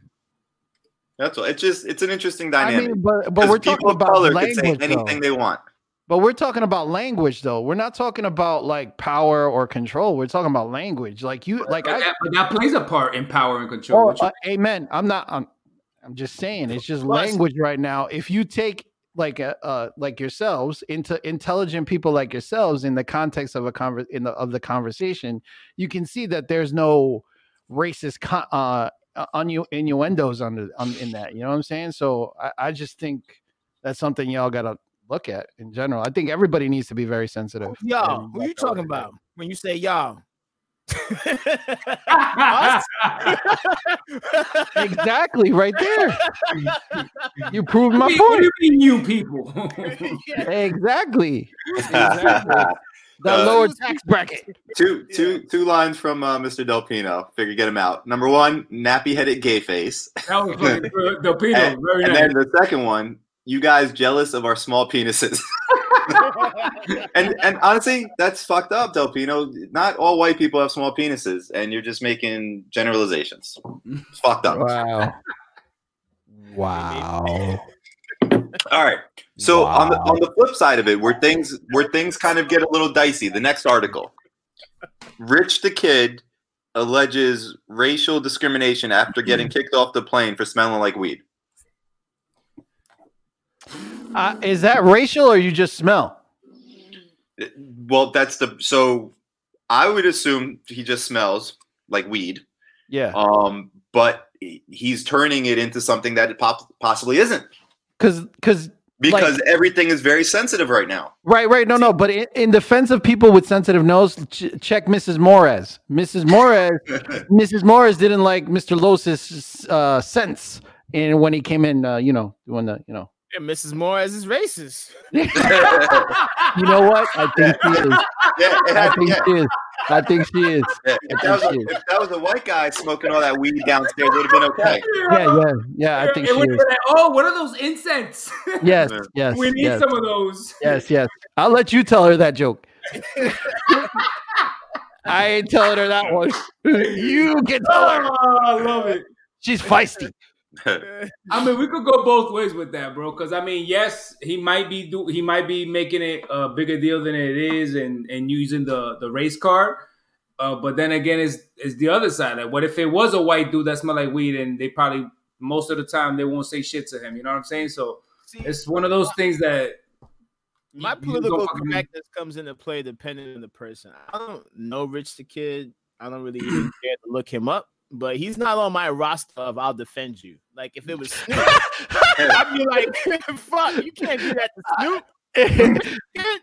S2: That's all. It's just it's an interesting
S1: I
S2: dynamic.
S1: mean, but but we're
S2: 'Cause
S1: talking
S2: people of
S1: about
S2: color
S1: language.
S2: could say
S1: though.
S2: anything they want.
S1: But we're talking about language though. We're not talking about like power or control. We're talking about language. Like you like
S3: But
S1: I
S3: that, but that plays a part in power and control.
S1: Oh,
S3: What you-
S1: uh, amen. I'm not. I'm. I'm just saying. It's just
S4: Plus-
S1: language right now. If you take like a, uh like yourselves into intelligent people like yourselves in the context of a conver- in the of the conversation, you can see that there's no racist con- uh uh, innu- innuendos on the on in that. You know what I'm saying? So I, I just think that's something y'all gotta look at in general. I think everybody needs to be very sensitive.
S4: Y'all,
S1: And-
S4: who you talking about when you say y'all?
S1: Exactly, right there. you proved my
S3: What do you- what
S1: point.
S3: do you mean, you people?
S4: Yeah.
S1: Exactly. Exactly. The
S2: Uh,
S1: lower tax bracket.
S2: two two two lines from uh, Mr. Del Pino. Figure get him out. Number one, nappy headed gay face,
S3: that was fucking good. Del Pino, very
S2: and
S3: nice.
S2: then the second one, you guys jealous of our small penises. and and honestly, that's fucked up, Del Pino. Not all white people have small penises, and you're just making generalizations. It's fucked up.
S1: Wow. Wow.
S2: All right. So on the on the flip side of it, where things where things kind of get a little dicey, the next article. Rich the kid alleges racial discrimination after getting kicked off the plane for smelling like weed.
S1: Uh, is that racial or you just smell?
S2: Well, that's the so I would assume he just smells like weed.
S1: Yeah.
S2: Um, but he- he's turning it into something that it pop- possibly isn't
S1: Cause, cause,
S2: because everything is very sensitive right now.
S1: right, right. No, no. But in, in defense of people with sensitive nose, ch- check Mrs. Morez. Mrs. Morez, Mrs. Morez didn't like Mr. Los's uh, sense. And when he came in, uh, you know, when the, you know,
S4: And Mrs. Morris is racist.
S2: yeah,
S1: you know what? I think she is.
S2: it
S1: I
S2: had-
S1: think
S2: yeah.
S1: she is. I think she is.
S2: Yeah, if, that was a,
S1: Appreciate
S2: if that was a white guy smoking all that weed downstairs, it would have been okay.
S1: Yeah, yeah, yeah. I think
S3: It
S1: she
S3: would've
S1: is.
S3: been like, oh, what are those incense?
S1: Yes, yes,
S3: we need
S1: yes.
S3: some of those.
S1: Yes, yes. I'll let you tell her that joke. I ain't telling her that one. you can tell her.
S3: Oh, I love it.
S1: She's feisty.
S3: I mean, we could go both ways with that, bro. Because I mean, yes, he might be do he might be making it a bigger deal than it is, and and using the the race card. Uh, but then again, it's it's the other side. Like, what if it was a white dude that smelled like weed, and they probably most of the time they won't say shit to him. You know what I'm saying? So
S4: See,
S3: it's one of those things that you- you
S4: my
S3: don't
S4: political
S3: fucking-
S4: correctness comes into play depending on the person. I don't know Rich the Kid. I don't really even care to look him up, but he's not on my roster of I'll defend you. Like if it was Snoop, I'd be like, fuck, you can't do that to Snoop. Kid.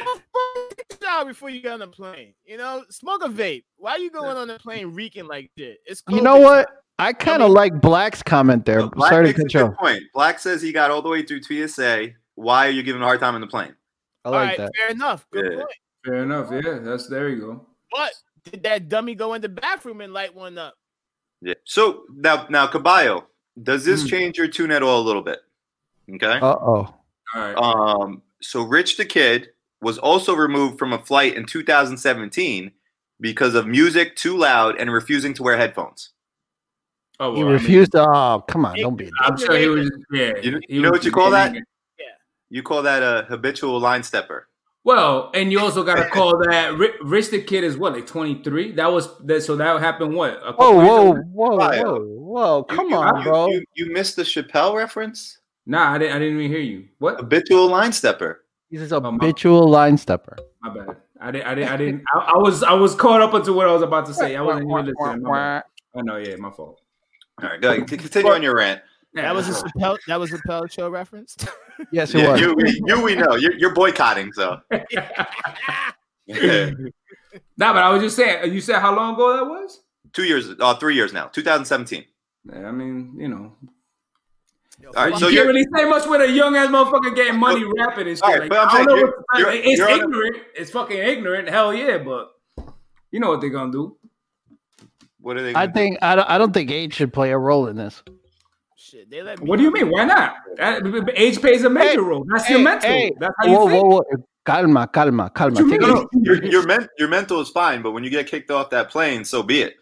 S4: Motherfucker, get out before you get on the plane. You know, smoke a vape. Why you going on the plane reeking like shit? It's
S1: You know
S4: COVID
S1: what? I kind of like Black's comment there.
S2: No, Black
S1: Sorry to
S2: makes a
S1: cut you off.
S2: good point. Black says he got all the way through TSA. Why are you giving a hard time on the plane?
S1: I
S4: All
S1: like
S4: right,
S1: that.
S4: fair enough. Good
S2: Yeah.
S4: point.
S3: fair enough. Yeah, that's there you go.
S4: But did that dummy go in the bathroom and light one up?
S2: Yeah. So now, now Caballo, does this
S3: Hmm.
S2: change your tune at all a little bit? Okay.
S1: Uh oh.
S3: All right.
S2: Um. so Rich the Kid was also removed from a flight in 2017 because of music too loud and refusing to wear headphones.
S3: Oh,
S1: He
S3: well, I mean,
S1: refused. Oh, come on, don't be. a dick.
S3: I'm sure he was. Yeah.
S2: You,
S3: he
S2: you know
S3: was-
S2: what you call that?
S4: Yeah.
S2: You call that a habitual line stepper.
S3: Well, and you also got to call that Ri- Rich the Kid is what like 23. That was that. So that happened what? A couple
S1: Whoa,
S3: years
S1: whoa, whoa,
S3: ago?
S2: Kyle.
S1: whoa, whoa!
S2: You-
S1: Come
S2: you-
S1: on,
S2: you-
S1: bro.
S2: You, you missed the Chappelle reference.
S3: Nah, I didn't. I didn't even hear you. What?
S2: Habitual line stepper.
S1: He's this
S3: my-
S1: habitual line stepper.
S3: My bad. I didn't. I didn't. I didn't. I, I was. I was caught up into what I was about to say. I wasn't even listening. My bad. I know. Yeah, my fault.
S2: All right, go ahead. C- Continue on your rant.
S3: Yeah,
S4: That was a
S3: my fault.
S4: Chappelle, that was a Chappelle show reference.
S1: Yes, it
S2: Yeah,
S1: was.
S2: you, we- you we know. You're, you're boycotting, so. Two
S3: nah, but I was just saying. You said how long ago that was?
S2: years, uh, three years now. 2017.
S3: Yeah, I mean, you know,
S2: All right,
S3: you
S2: so
S3: can't
S2: you're,
S3: really say much when a young ass motherfucker getting money rapping and shit.
S2: Alright,
S3: like,
S2: but I'm
S3: I
S2: saying
S3: don't know
S2: you're-
S3: what-
S2: you're-
S3: it's
S2: you're on the-
S3: ignorant. It's fucking ignorant. Hell yeah, but you know what they're gonna do.
S2: what are they?
S1: I
S2: gonna do?
S1: think I don't, I don't think age should play a role in this.
S4: Shit, they let me.
S3: What do you mean? Why not? That- age plays a major
S1: Hey,
S3: role. That's
S1: hey,
S3: your mental.
S1: hey,
S3: That's how you
S1: whoa,
S3: think.
S1: whoa, whoa! Calma, calma, calma.
S3: you
S1: Take
S3: mean?
S1: it
S2: No,
S1: easy.
S2: no, your your, men, your mental is fine, but when you get kicked off that plane, so be it.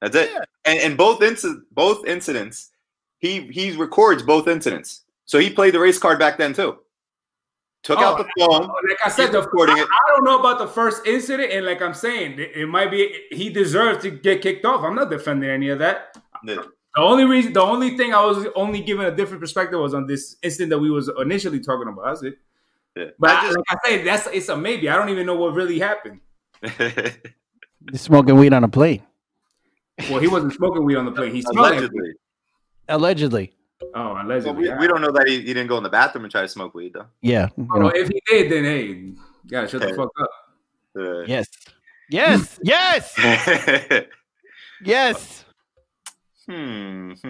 S2: That's it.
S4: Yeah.
S2: And and both inci- both incidents, he he records both incidents. So he played the race card back then too. Took
S1: Oh.
S2: out the phone.
S3: Oh, Like I said,
S2: He's
S3: the,
S2: recording
S3: I,
S2: it.
S3: I don't know about the first incident, and like I'm saying, it, it might be he deserves to get kicked off. I'm not defending any of that. The only reason, the only thing I was only giving a different perspective was on this incident that we was initially talking about. That's it.
S2: Yeah.
S3: But
S2: I
S3: I- like I said, that's it's a maybe. I don't even know what really happened.
S2: just-
S1: He's smoking weed on a plane,
S3: Well, he wasn't smoking weed on the plane. He smelled it.
S2: allegedly.
S1: allegedly.
S3: Oh,
S2: But
S3: allegedly.
S2: we, we don't know that he, he didn't go in the bathroom and try to smoke weed though.
S1: Yeah. you
S3: I don't know.
S1: know.
S3: If he did, then hey, you gotta shut the
S2: Hey.
S3: fuck up.
S2: Uh,
S1: Yes. Yes. Yes. Yes.
S2: hmm.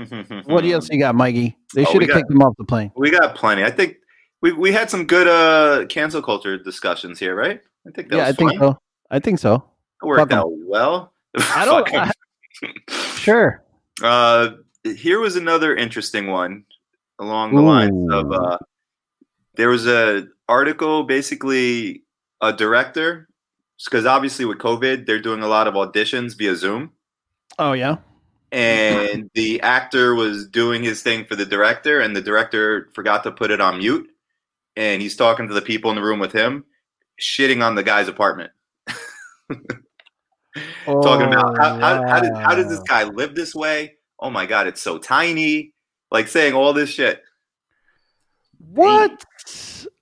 S1: What else you got, Mikey? They
S2: Oh,
S1: should
S2: we
S1: have
S2: got-
S1: kicked him off the plane.
S2: We got plenty. I think we, we had some good uh cancel culture discussions here, right? I think that
S1: Yeah, I
S2: was
S1: think
S2: fun.
S1: so. I think so.
S2: It worked
S1: Fuck 'em.
S2: out well.
S1: I don't.
S2: Fuck 'em.
S1: I- sure.
S2: Uh, here was another interesting one along the lines of
S1: Ooh.
S2: uh, there was a article basically a director because obviously with COVID they're doing a lot of auditions via Zoom
S1: Oh yeah.
S2: and the actor was doing his thing for the director and the director forgot to put it on mute and he's talking to the people in the room with him shitting on the guy's apartment talking about
S1: Oh,
S2: how, how, how, does, how does
S1: wow.
S2: this guy live this way? Oh my God, it's so tiny. Like saying all this shit.
S1: What?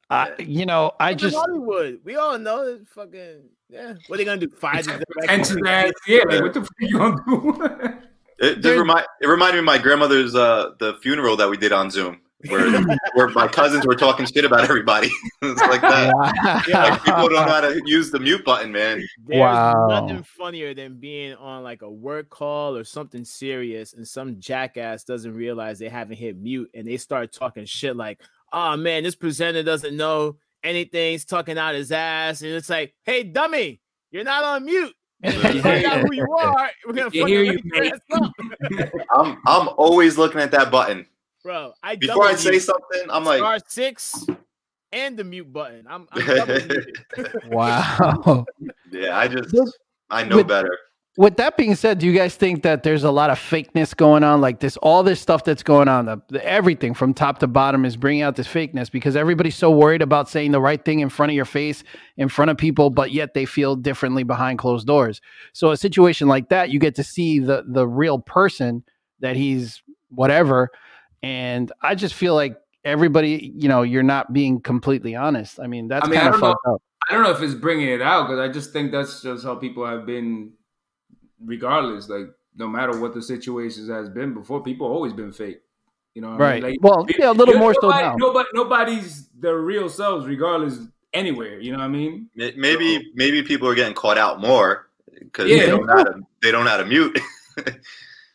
S1: I, you know, I
S4: It's in
S1: just
S4: Hollywood. We all know that fucking. Yeah. What are they gonna do? Fire the
S3: Attention ass. Yeah, like, what the fuck you gonna do?
S2: It, just
S1: Dude.
S2: remind, it reminded me of my grandmother's uh, the funeral that we did on Zoom, where where my cousins were talking shit about everybody. it's like that. Like people don't know how to use the mute button, man.
S4: There's
S1: Wow.
S4: nothing funnier than being on like a work call or something serious, and some jackass doesn't realize they haven't hit mute, and they start talking shit like, "Oh man, this presenter doesn't know anything. He's talking out his ass," and it's like, "Hey, dummy, you're not on mute. We
S1: Yeah.
S4: find out who you are. We're gonna
S3: They
S4: fucking
S3: hear
S4: wake
S3: you,
S4: your
S3: mate.
S4: ass up."
S2: I'm I'm always looking at that button
S4: bro. I
S2: before I
S4: double
S2: say
S4: mute
S2: something. I'm like,
S4: star six and the mute button. I'm, I'm double muted.
S1: wow.
S2: yeah, I just
S1: With-
S2: I know
S1: with-
S2: better.
S1: With that being said, do you guys think that there's a lot of fakeness going on? Like this, all this stuff that's going on, the, the- everything from top to bottom is bringing out this fakeness because everybody's so worried about saying the right thing in front of your face, in front of people, but yet they feel differently behind closed doors. So a situation like that, you get to see the the real person that he's whatever. And I just feel like everybody, you know, you're not being completely honest. I mean, that's
S3: I mean, I
S1: kind of
S3: don't know.
S1: fucked up.
S3: I don't know if it's bringing it out because I just think that's just how people have been, regardless. Like no matter what the situations has been before, people always been fake. You know, what I mean?
S1: Right. Well, yeah, a little
S3: you-
S1: more so
S3: nobody-
S1: now.
S3: Nobody, nobody's their real selves, regardless anywhere. You know what I mean?
S2: May- Maybe maybe people are getting caught out more because
S3: Yeah.
S2: they don't know how to, they don't know how to mute.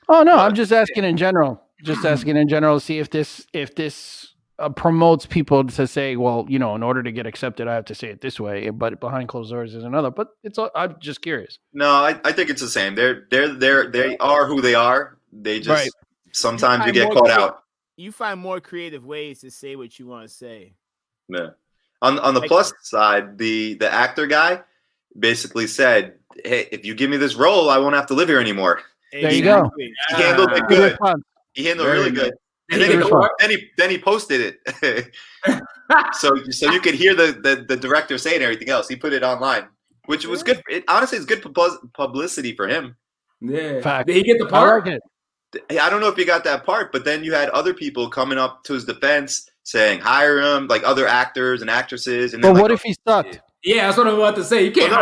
S1: Oh no, I'm just asking in general. Just asking in general. See if this if this uh, promotes people to say, well, you know, in order to get accepted, I have to say it this way. But behind closed doors is another. But it's all, I'm just curious.
S2: No, I, I think it's the same. They're they're they're they are who they are. They just
S1: Right.
S2: sometimes you
S4: I'm
S2: get
S4: more
S2: caught
S4: crea-
S2: out.
S4: You find more creative ways to say what you want to say.
S2: Yeah. On on the
S4: Like-
S2: plus side, the the actor guy basically said, "Hey, if you give me this role, I won't have to live here anymore."
S1: There you go.
S4: Exactly.
S2: He handled it good.
S3: Ah.
S1: Good response.
S2: He handled it
S3: Very
S2: really good.
S3: good.
S2: And
S1: He
S2: then he,
S1: did
S2: po-
S1: it.
S2: then he then he posted it. so so you could hear the, the the director saying everything else. He put it online, which was good. It, honestly, it's good pub- publicity for him.
S3: Yeah.
S1: Fact.
S3: Did he get the
S1: I
S3: part?
S1: like it.
S2: Hey, I don't know if you got that part, but then you had other people coming up to his defense saying hire him, like other actors and actresses. And then,
S1: But
S2: like,
S1: what if he sucked?
S3: Yeah, that's what I'm about to say. You can't
S2: Well,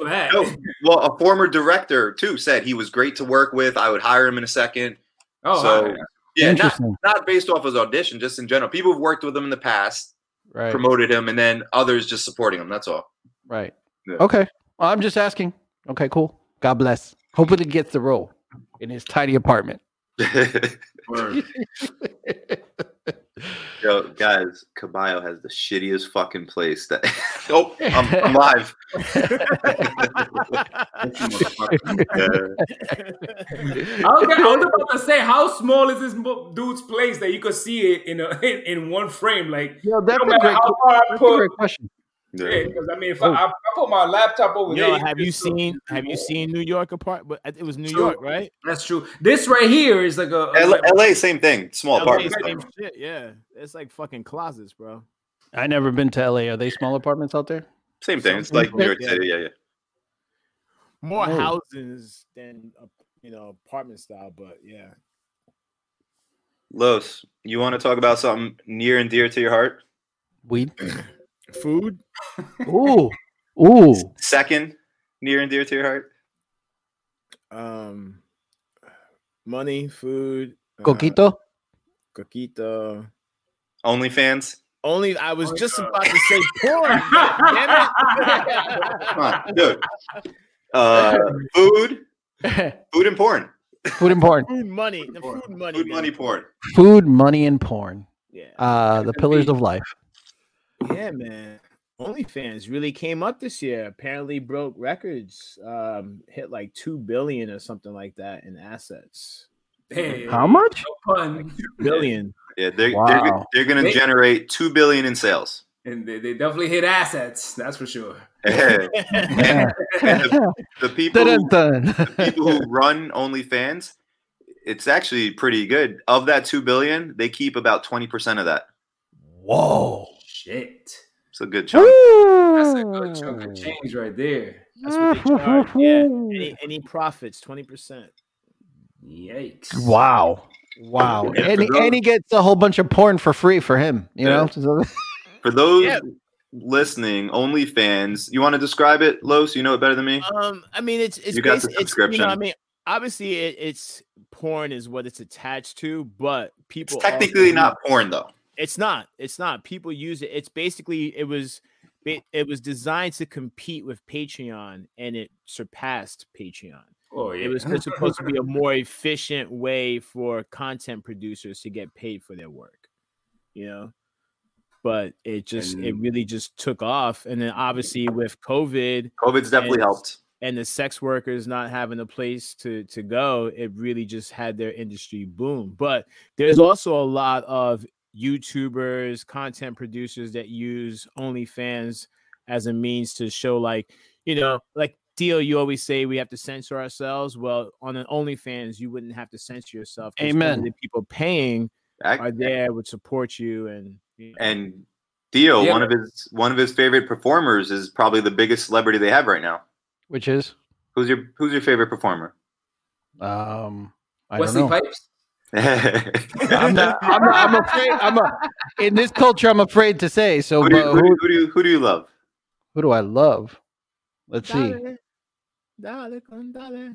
S2: Oh, no.
S3: hire him for that.
S2: No. well, a former director too said he was great to work with. I would hire him in a second.
S3: Oh,
S2: so
S3: alright.
S2: yeah, not,
S1: Interesting.
S2: not based off his audition, just in general. People who've worked with him in the past
S1: Right.
S2: promoted him, and then others just supporting him. That's all.
S1: Right.
S2: Yeah.
S1: Okay. Well, I'm just asking. Okay, cool. God bless. Hopefully he gets the role in his tiny apartment.
S3: Word.
S2: Yo, guys, Caballo has the shittiest fucking place. That oh, I'm, I'm live. Yeah.
S3: I was, I was about to say, how small is this mo- dude's place that you could see it in a, in, in one frame? Like,
S1: Yo, that's a
S3: no matter
S1: great,
S3: how far I
S1: that's a
S3: put,
S1: great question.
S2: Yeah.
S3: because I mean, if
S1: Oh.
S3: I, I, I put my laptop
S2: Oh,
S3: over
S4: Yo,
S3: there,
S4: have you
S3: just-
S4: seen have you seen New York apart? But it was New
S3: True.
S4: York, right?
S3: That's true. This right here is like a. a-
S2: L- LA, same thing. Small
S4: LA,
S2: Oh, apartment.
S4: same shit, yeah. It's like fucking closets, bro.
S1: I never been to LA. Are they small apartments out there?
S2: Same thing. It's
S4: Something
S2: like New
S4: like
S2: York
S4: that.
S2: City. Yeah, yeah.
S4: More
S1: No.
S4: houses than uh, you know apartment style, but yeah.
S2: Los, you want to talk about something near and dear to your heart?
S1: Weed.
S4: Food,
S1: Ooh. Ooh.
S2: Second, near and dear to your heart?
S4: um, money, food, uh,
S1: Coquito.
S4: coquito.
S2: OnlyFans?
S4: Only I was
S3: Oh,
S4: just
S3: God.
S4: about to say porn. damn
S2: Come on, dude. Uh, food, food and porn.
S1: Food and porn.
S4: food money, the food money,
S2: Food,
S4: man.
S2: money, porn.
S1: Food, money, and porn.
S4: Yeah,
S1: Uh, the pillars of life.
S4: yeah, man. OnlyFans really came up this year. Apparently broke records. Um, hit like two billion or something like that in assets.
S3: Hey,
S1: How much?
S3: no pun.
S4: Billion.
S2: Yeah, they're,
S1: Wow.
S2: they're, they're going to
S3: They-
S2: generate $2 billion in sales.
S3: And they, they definitely hit assets. That's for sure.
S2: and
S1: Yeah.
S2: the, the people,
S1: Dun,
S2: who-
S1: dun,
S2: the
S1: dun.
S2: people who run OnlyFans, it's actually pretty good. Of that $2 billion, they keep about 20% of that.
S1: Whoa.
S3: Shit.
S2: It's a good chunk.
S3: That's a
S1: Woo.
S3: good chunk
S1: Hmm.
S3: of change right there.
S4: That's what they charge. Yeah. Any, any profits, twenty percent.
S3: Yikes.
S1: Wow. Wow.
S2: Yeah, for
S1: and,
S2: those-
S1: and he gets a whole bunch of porn for free for him, you
S2: Yeah.
S1: know? So-
S2: For those
S4: Yeah.
S2: listening, OnlyFans, you want to describe it, Los? You know it better than me.
S4: Um, I mean, it's it's
S2: You got the
S4: basi- it's, you know, I
S2: subscription.
S4: mean, obviously, it, it's porn is what it's attached to, but
S2: It's
S4: people also
S2: technically
S4: use-
S2: not porn, though.
S4: It's not. It's not. People use it. It's basically it was it, it was designed to compete with Patreon, and it surpassed Patreon.
S3: Oh, yeah.
S4: It was just supposed to be a more efficient way for content producers to get paid for their work, you know. But it just it
S3: And-
S4: really just took off, and then obviously with COVID
S2: COVID's definitely
S4: Yes.
S2: helped.
S4: and the sex workers not having a place to to go, it really just had their industry boom. But there's also a lot of YouTubers, content producers that use OnlyFans as a means to show, like, you know, like deal. You always say we have to censor ourselves. Well, on an OnlyFans, you wouldn't have to censor yourself. 'cause only
S1: Amen.
S4: The people paying
S2: Ac-
S4: are there would support you, and you know,
S2: And Dio,
S3: Yeah.
S2: one of his one of his favorite performers, is probably the biggest celebrity they have right now.
S1: Which is
S2: Who's your Who's your favorite performer?
S1: um I don't
S3: Wesley
S1: know.
S3: Pipes.
S1: I'm, not, I'm, I'm afraid I'm a, in this culture I'm afraid to say. So
S2: who, do you,
S1: but
S2: who, do
S1: uh, who,
S2: you- who do you Who do you love?
S1: who do I love? Let's see.
S4: Dale, dale con dale.
S1: I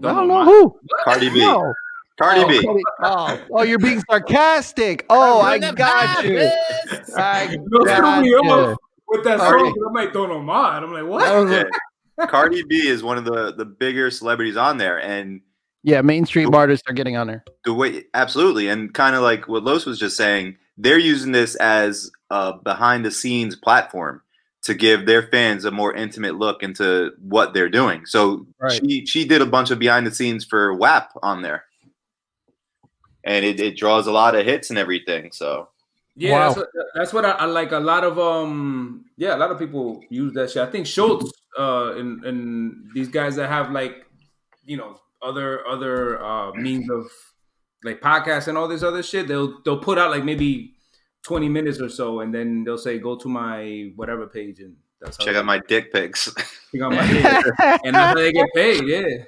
S1: don't
S3: know
S1: know
S3: my-
S1: who.
S2: Cardi B.
S1: No.
S2: Cardi
S1: oh,
S2: B.
S1: Cardi- Oh, oh, you're being sarcastic. Oh, I got you. I
S3: No,
S1: got
S3: threw me
S1: you.
S3: off with that
S2: Cardi.
S3: song. I'm like, don't know mine. I'm like,
S1: That
S3: what?
S1: was a-
S2: Yeah. Cardi B is one of the the bigger celebrities on there, and
S1: Yeah, mainstream artists are getting on there.
S2: the way absolutely and kind of like what los was just saying they're using this as a behind the scenes platform to give their fans a more intimate look into what they're doing so
S1: Right.
S2: she she did a bunch of behind the scenes for wap on there and it, it draws a lot of hits and everything so
S3: Yeah,
S1: Wow.
S3: that's what, that's what I, I like. A lot of um, yeah, a lot of people use that shit. I think Schultz, uh, and and these guys that have like, you know, other other uh means of like podcasts and all this other shit, they'll they'll put out like maybe twenty minutes or so, and then they'll say go to my whatever page and that's how
S2: Check
S3: they-
S2: out my dick pics.
S3: check out my and that's how they get paid. Yeah,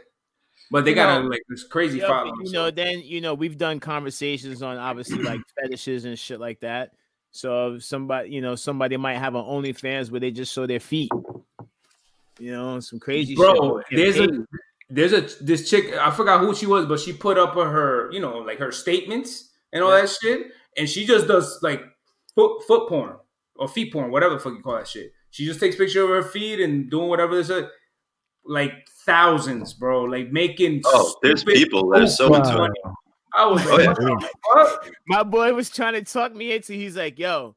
S3: but they
S4: You
S3: got
S4: know-
S3: like this crazy
S4: Yeah, but,
S3: following.
S4: you
S3: so-
S4: know, then you know we've done conversations on obviously like fetishes and shit like that. So if somebody, you know, somebody might have an OnlyFans where they just show their feet. You know, some crazy shit.
S3: bro.
S4: Get
S3: There's a
S4: paid.
S3: there's a this chick. I forgot who she was, but she put up her you know like her statements and all that shit, and she just does like foot foot porn or feet porn, whatever the fuck you call that shit. She just takes picture of her feet and doing whatever this is, like thousands, bro. Like making
S2: Oh, there's
S3: stupid-
S2: people that are so
S1: Wow.
S2: into it.
S3: I was
S2: Oh,
S3: like,
S2: yeah.
S3: what the fuck?
S4: my boy was trying to talk me into. He's like, "Yo,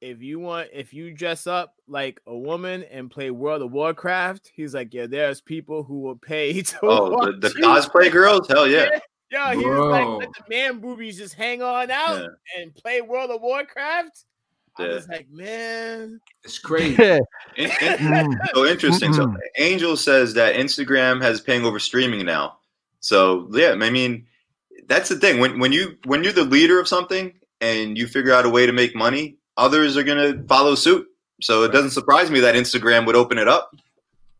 S4: if you want, if you dress up like a woman and play World of Warcraft, he's like, yeah, there's people who will pay to
S2: Oh,
S4: watch
S2: the, the
S4: you."
S2: cosplay girls? Hell yeah.
S4: Yo, he was like,
S3: Bro.
S4: let the man boobies just hang on out and play World of Warcraft. I
S2: Yeah.
S4: was like, man,
S3: It's crazy.
S1: Yeah. Mm.
S2: so interesting. So
S1: Mm-mm.
S2: Angel says that Instagram has paying over streaming now. So yeah, I mean that's the thing. When when you when you're the leader of something and you figure out a way to make money, others are gonna follow suit. So it doesn't surprise me that Instagram would open it up.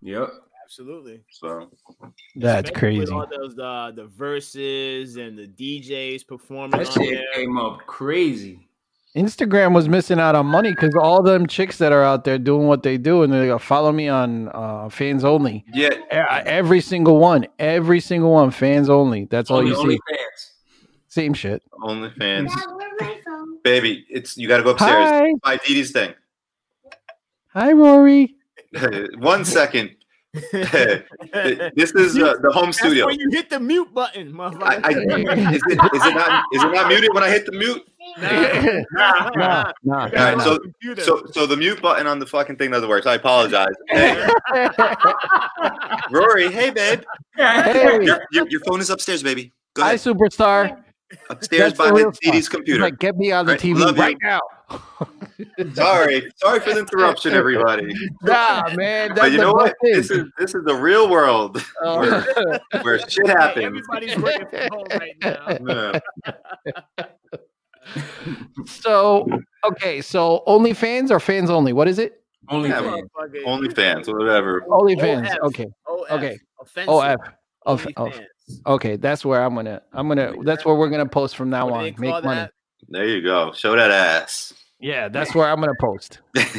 S3: Yep.
S1: Oh,
S4: absolutely.
S2: So
S1: That's
S4: Especially
S1: crazy.
S4: With all those uh, the verses and the DJs performing
S3: That
S4: on
S3: shit
S4: there.
S3: came up crazy.
S1: Instagram was missing out on money because all them chicks that are out there doing what they do and they go follow me on uh, fans only.
S2: yeah,
S1: E- Every single one, every single one, fans only. That's all
S3: only,
S1: you
S3: only
S1: see.
S3: fans.
S1: Same shit.
S2: OnlyFans.
S5: Dad, where's my phone?
S2: Baby, it's you gotta go upstairs.
S1: Hi,
S2: Buy Dee Dee's thing.
S1: hi, Rory.
S2: One second. this is uh, the home
S4: That's
S2: studio.
S4: when you hit the mute button,
S2: I,
S4: motherfucker.
S2: I, is, it, is it not is it not muted when I hit the mute?
S1: nah,
S4: Nah,
S1: nah,
S4: nah.
S1: nah.
S2: right,
S4: Nah.
S2: so-
S4: Computer.
S2: So, so the mute button on the fucking thing doesn't work. So I apologize. Hey, Rory, hey, babe.
S1: Hey.
S2: Your, your, your phone is upstairs, baby. Go
S1: Hi,
S2: ahead.
S1: superstar.
S2: upstairs
S1: that's the
S2: by
S1: real stuff.
S2: Diddy's
S1: He's
S2: computer.
S1: Like, get me on the
S2: Right,
S1: TV
S2: love you.
S1: right now.
S2: Sorry, sorry for the interruption, everybody.
S1: Nah, man. That's
S2: But you know
S1: the
S2: what?
S1: best
S2: This is this is the real world
S1: thing. Uh,
S2: where shit
S4: Hey,
S2: happens.
S4: everybody's working from home right now.
S2: Yeah.
S1: so, okay. So, OnlyFans or fans only? What is it?
S3: Only
S2: Yeah,
S3: fans.
S4: Motherfucker.
S2: OnlyFans, whatever.
S1: OnlyFans.
S4: OF.
S1: Okay.
S4: OF.
S1: Okay.
S4: Offensive.
S1: OF. Of, of,
S4: OnlyFans.
S1: okay, that's where I'm gonna. I'm gonna. That's where we're gonna post from now
S4: What
S1: on.
S4: do they
S1: Make
S4: call
S1: money.
S4: that?
S2: There you go. Show that ass.
S1: Yeah, that's where I'm gonna post.
S2: Uh,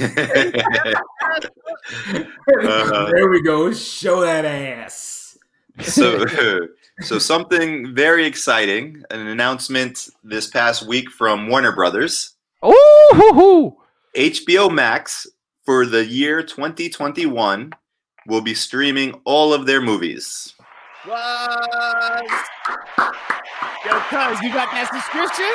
S3: there we go. Show that ass.
S2: so so something very exciting an announcement this past week from warner brothers
S1: Oh, hoo, hoo.
S2: hbo max for the year 2021 will be streaming all of their movies
S4: What? Yo, cuz, you got that subscription?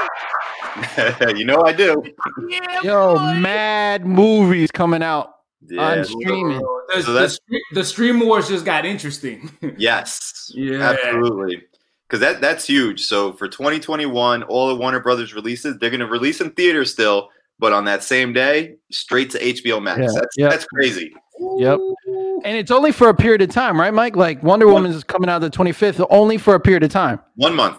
S2: you know i do
S4: Yeah,
S1: yo,
S4: boy.
S1: mad movies coming out
S2: yeah.
S1: on streaming.
S3: The,
S2: So
S3: the
S2: that's-
S3: stre- the stream wars just got interesting.
S2: yes
S3: yeah.
S2: absolutely because that, that's huge so for 2021 all of warner brothers releases they're going to release in theaters still but on that same day straight to hbo max
S1: Yeah,
S2: that's,
S1: yeah.
S2: that's crazy
S1: Yep. And it's only for a period of time, right, Mike? Like Wonder
S2: One-
S1: Woman is coming out the 25th, only for a period of time.
S2: one month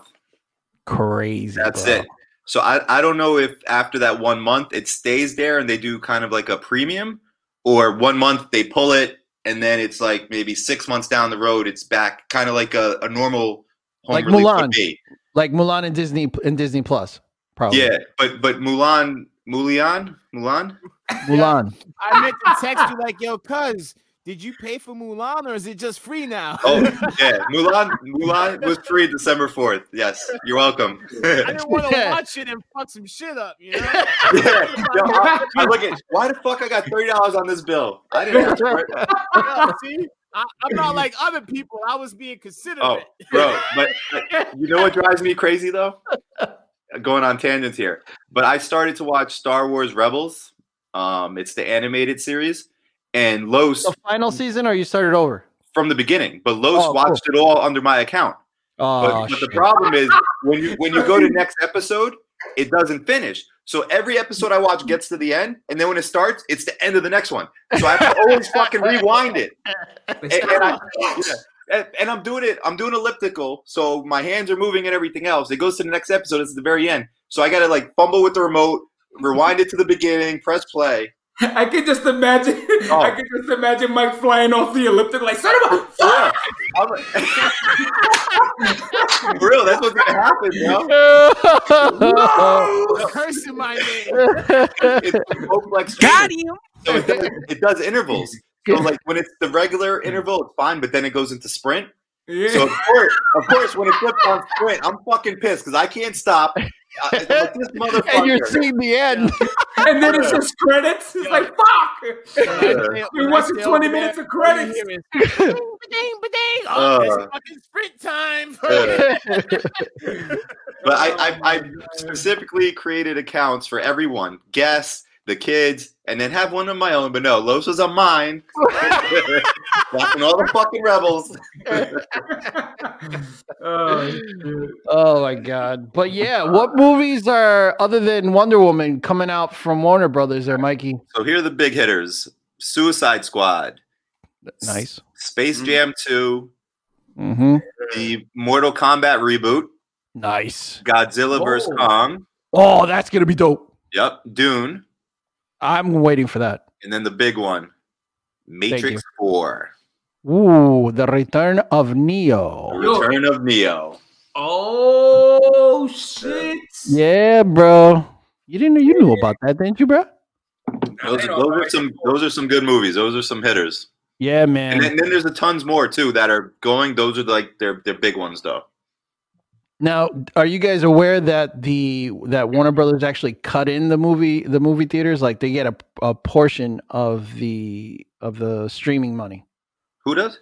S1: Crazy.
S2: That's
S1: bro.
S2: it. So I, I don't know if after that one month it stays there and they do kind of like a premium, or one month they pull it and then it's like maybe six months down the road it's back kind of like a, a normal home
S1: Like
S2: release would
S1: Mulan.
S2: be.
S1: Like Mulan and Disney and Disney Plus, probably.
S2: Yeah, but but Mulan Mulan Mulan.
S1: Mulan.
S4: I meant to text you like, yo, cuz, did you pay for Mulan or is it just free now?
S2: Oh yeah, Mulan Mulan was free December fourth. Yes, you're welcome.
S4: I didn't want to
S1: Yeah.
S4: watch it and fuck some shit up, you know?
S2: Yeah, yo, I, I look at why the fuck I got thirty dollars on this bill. I didn't. ask for it.
S4: Yo, uh, see? I, I'm not like other people. I was being considerate.
S2: Oh, bro, but but you know what drives me crazy though? Going on tangents here, but I started to watch Star Wars Rebels. Um, it's the animated series, and Los
S1: The final season, or you started over?
S2: from the beginning, but Los
S1: Oh, cool.
S2: watched it all under my account. But,
S1: Oh,
S2: but the
S1: shit.
S2: problem is when you when you go to next episode, it doesn't finish. So every episode I watch gets to the end, and then when it starts, it's the end of the next one. So I have to always fucking rewind it. And, and I, yeah. And- and I'm doing it. I'm doing elliptical, so my hands are moving and everything else. It goes to the next episode. It's the very end. So I got to like fumble with the remote, rewind it to the beginning, press play.
S3: I can just imagine.
S2: Oh.
S3: I can just imagine Mike flying off the elliptical like son of a.
S2: Yeah. I'm like- For real, that's what's gonna happen, bro.
S4: Cursing my name.
S2: It's a complex.
S6: Got
S2: game.
S6: him.
S2: So it does, it does intervals. So like when it's the regular interval, it's fine, but then it goes into sprint.
S3: Yeah.
S2: So of course, of course, when it flips on sprint, I'm fucking pissed because I can't stop. I- I'm like, this
S1: and you're
S2: motherfucker.
S1: seeing the end.
S3: and then it's just credits. It's like fuck. We watching 20 minutes of credits.
S4: Ba-ding, ba-ding. Oh, it's
S2: Uh.
S4: fucking sprint time. Oh
S2: Yeah. but I, I, I specifically created accounts for everyone, guests, the kids, and then have one of my own. But no, Los was on mine. Watching all the fucking rebels.
S3: Oh, shit.
S1: Oh my god! But yeah, what movies are other than Wonder Woman coming out from Warner Brothers? There, Mikey.
S2: So here are the big hitters: Suicide Squad,
S1: Nice.
S2: Space
S4: Mm.
S2: Jam Two,
S1: Mm-hmm.
S2: the Mortal Kombat reboot,
S1: Nice.
S2: Godzilla vs
S1: Whoa.
S2: Kong.
S1: Oh, that's gonna be dope.
S2: Yep, Dune.
S1: I'm waiting for that.
S2: And then the big one,
S1: you.
S2: Matrix 4,
S1: Ooh, the return of Neo.
S3: Yo.
S2: Return of Neo.
S3: Oh shit.
S1: Yeah, bro. You didn't know you knew about that, didn't you, bro?
S2: Those, are- those are some those are some good movies. Those are some hitters.
S1: Yeah, man.
S2: And then, then there's a tons more too that are going. Those are like they're they're big ones though.
S1: Now, are you guys aware that the that Warner Brothers actually cut in the movie the movie theaters like they get a, a portion of the of the streaming money
S2: Who does?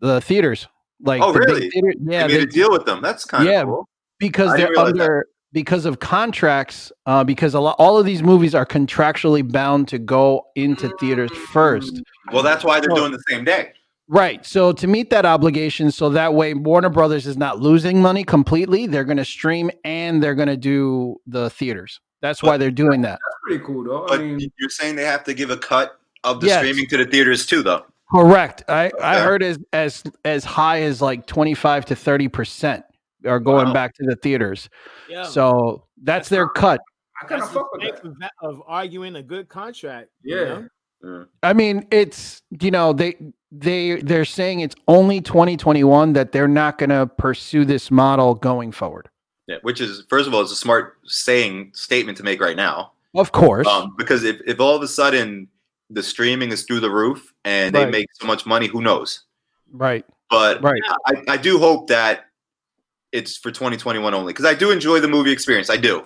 S1: the theaters like
S2: Oh,
S1: the big
S2: really?
S1: theater- yeah
S2: they made
S1: they-
S2: a deal with them. That's kind of
S1: Yeah.
S2: cool.
S1: because
S2: I didn't
S1: they're
S2: realize that.
S1: under because of contracts uh, because a lot all of these movies are contractually bound to go into theaters first
S2: Well, that's why they're
S1: Oh.
S2: doing the same day.
S1: Right. So to meet that obligation, so that way Warner Brothers is not losing money completely. They're going to stream and they're going to do the theaters. That's why they're doing that.
S3: That's pretty cool though. I
S2: But
S3: mean,
S2: you're saying they have to give a cut of the
S1: Yes.
S2: streaming to the theaters too, though.
S1: Correct. I, I
S2: Okay.
S1: heard as as as high as like twenty five to thirty percent are going
S2: Wow.
S1: back to the theaters.
S4: Yeah.
S1: So that's their cut.
S3: I kind
S4: That's
S3: of
S4: the
S3: fuck with
S4: strength
S3: that.
S4: of, that- of arguing a good contract.
S3: Yeah.
S1: I mean, it's you know they they they're saying it's only twenty twenty one that they're not going to pursue this model going forward.
S2: Yeah, which is first of all, it's a smart saying statement to make right now.
S1: Of course.
S2: Um, because if, if all of a sudden the streaming is through the roof and they
S1: Right.
S2: make so much money, who knows?
S1: right.
S2: But
S1: Right.
S2: I, I do hope that it's for 2021 only because I do enjoy the movie experience. I do.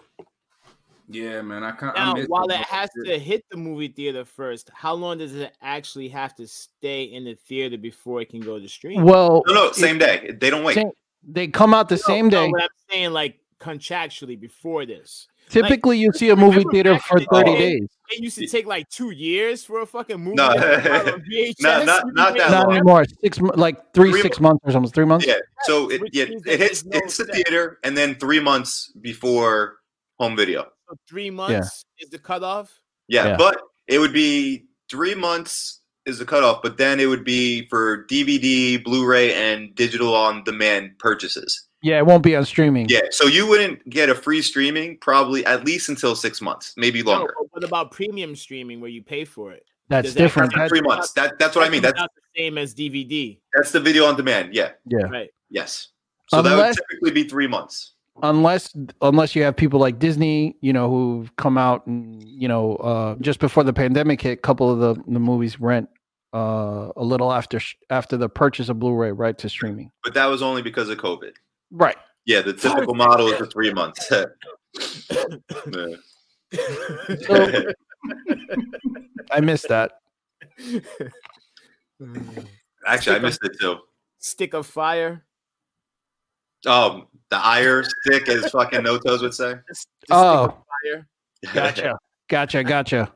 S3: Yeah, man. I can't. I
S4: Now,
S3: miss
S4: while
S3: those
S4: it has
S3: motherfuckers.
S4: to hit the movie theater first, how long does it actually have to stay in the theater before it can go to stream?
S1: Well,
S2: No, no, same day. They don't wait.
S1: Same- they come out the same day.
S4: what I'm saying, like contractually before this,
S1: Typically, you see a movie
S4: remember
S1: theater
S4: back
S1: for
S4: in the
S1: 30
S4: day?
S1: days.
S4: it used to take like two years for a fucking movie.
S2: No.
S4: to come out on VHS.
S2: No, not-
S4: You can
S2: not
S4: wait
S2: that
S1: Not
S4: a
S2: long.
S4: month.
S1: anymore. Six, mo- like three,
S2: Three
S1: six months or something. Three months.
S2: Yeah. So it,
S4: Which
S2: yeah,
S4: means
S2: it
S4: that
S2: hits
S4: there's no
S2: hits the
S4: set.
S2: theater and then three months before home video.
S4: So Three months is the cutoff.
S2: Yeah,
S1: Yeah.
S2: but it would be three months is the cutoff, but then it would be for DVD, Blu-ray, and digital on demand purchases.
S1: Yeah, it won't be on streaming.
S2: Yeah, so you wouldn't get a free streaming probably at least until six months, maybe
S4: No,
S2: longer.
S4: but what about premium streaming where you pay for it?
S1: That's
S4: Does that
S1: different.
S4: count?
S1: That-
S2: three months. That that's what I mean.
S4: That's
S2: That's
S4: not the same as DVD,
S2: that's the video on demand. Yeah.
S1: yeah.
S4: right?
S2: Yes. So that would
S1: Unless-
S2: typically be three months.
S1: Unless, unless you have people like Disney, you know, who've come out and you know, uh, just before the pandemic hit, a couple of the, the movies rent uh, a little after sh- after the purchase of Blu-ray, right to streaming.
S2: But that was only because of COVID.
S1: Right.
S2: Yeah, the typical model is for three months. Yeah.
S1: So I missed that.
S2: Actually, I missed it too.
S4: Stick of Fire.
S2: Um, the ire stick, as fucking no toes would say.
S4: The Stick of
S1: Oh,
S4: Fire.
S1: gotcha, gotcha, gotcha.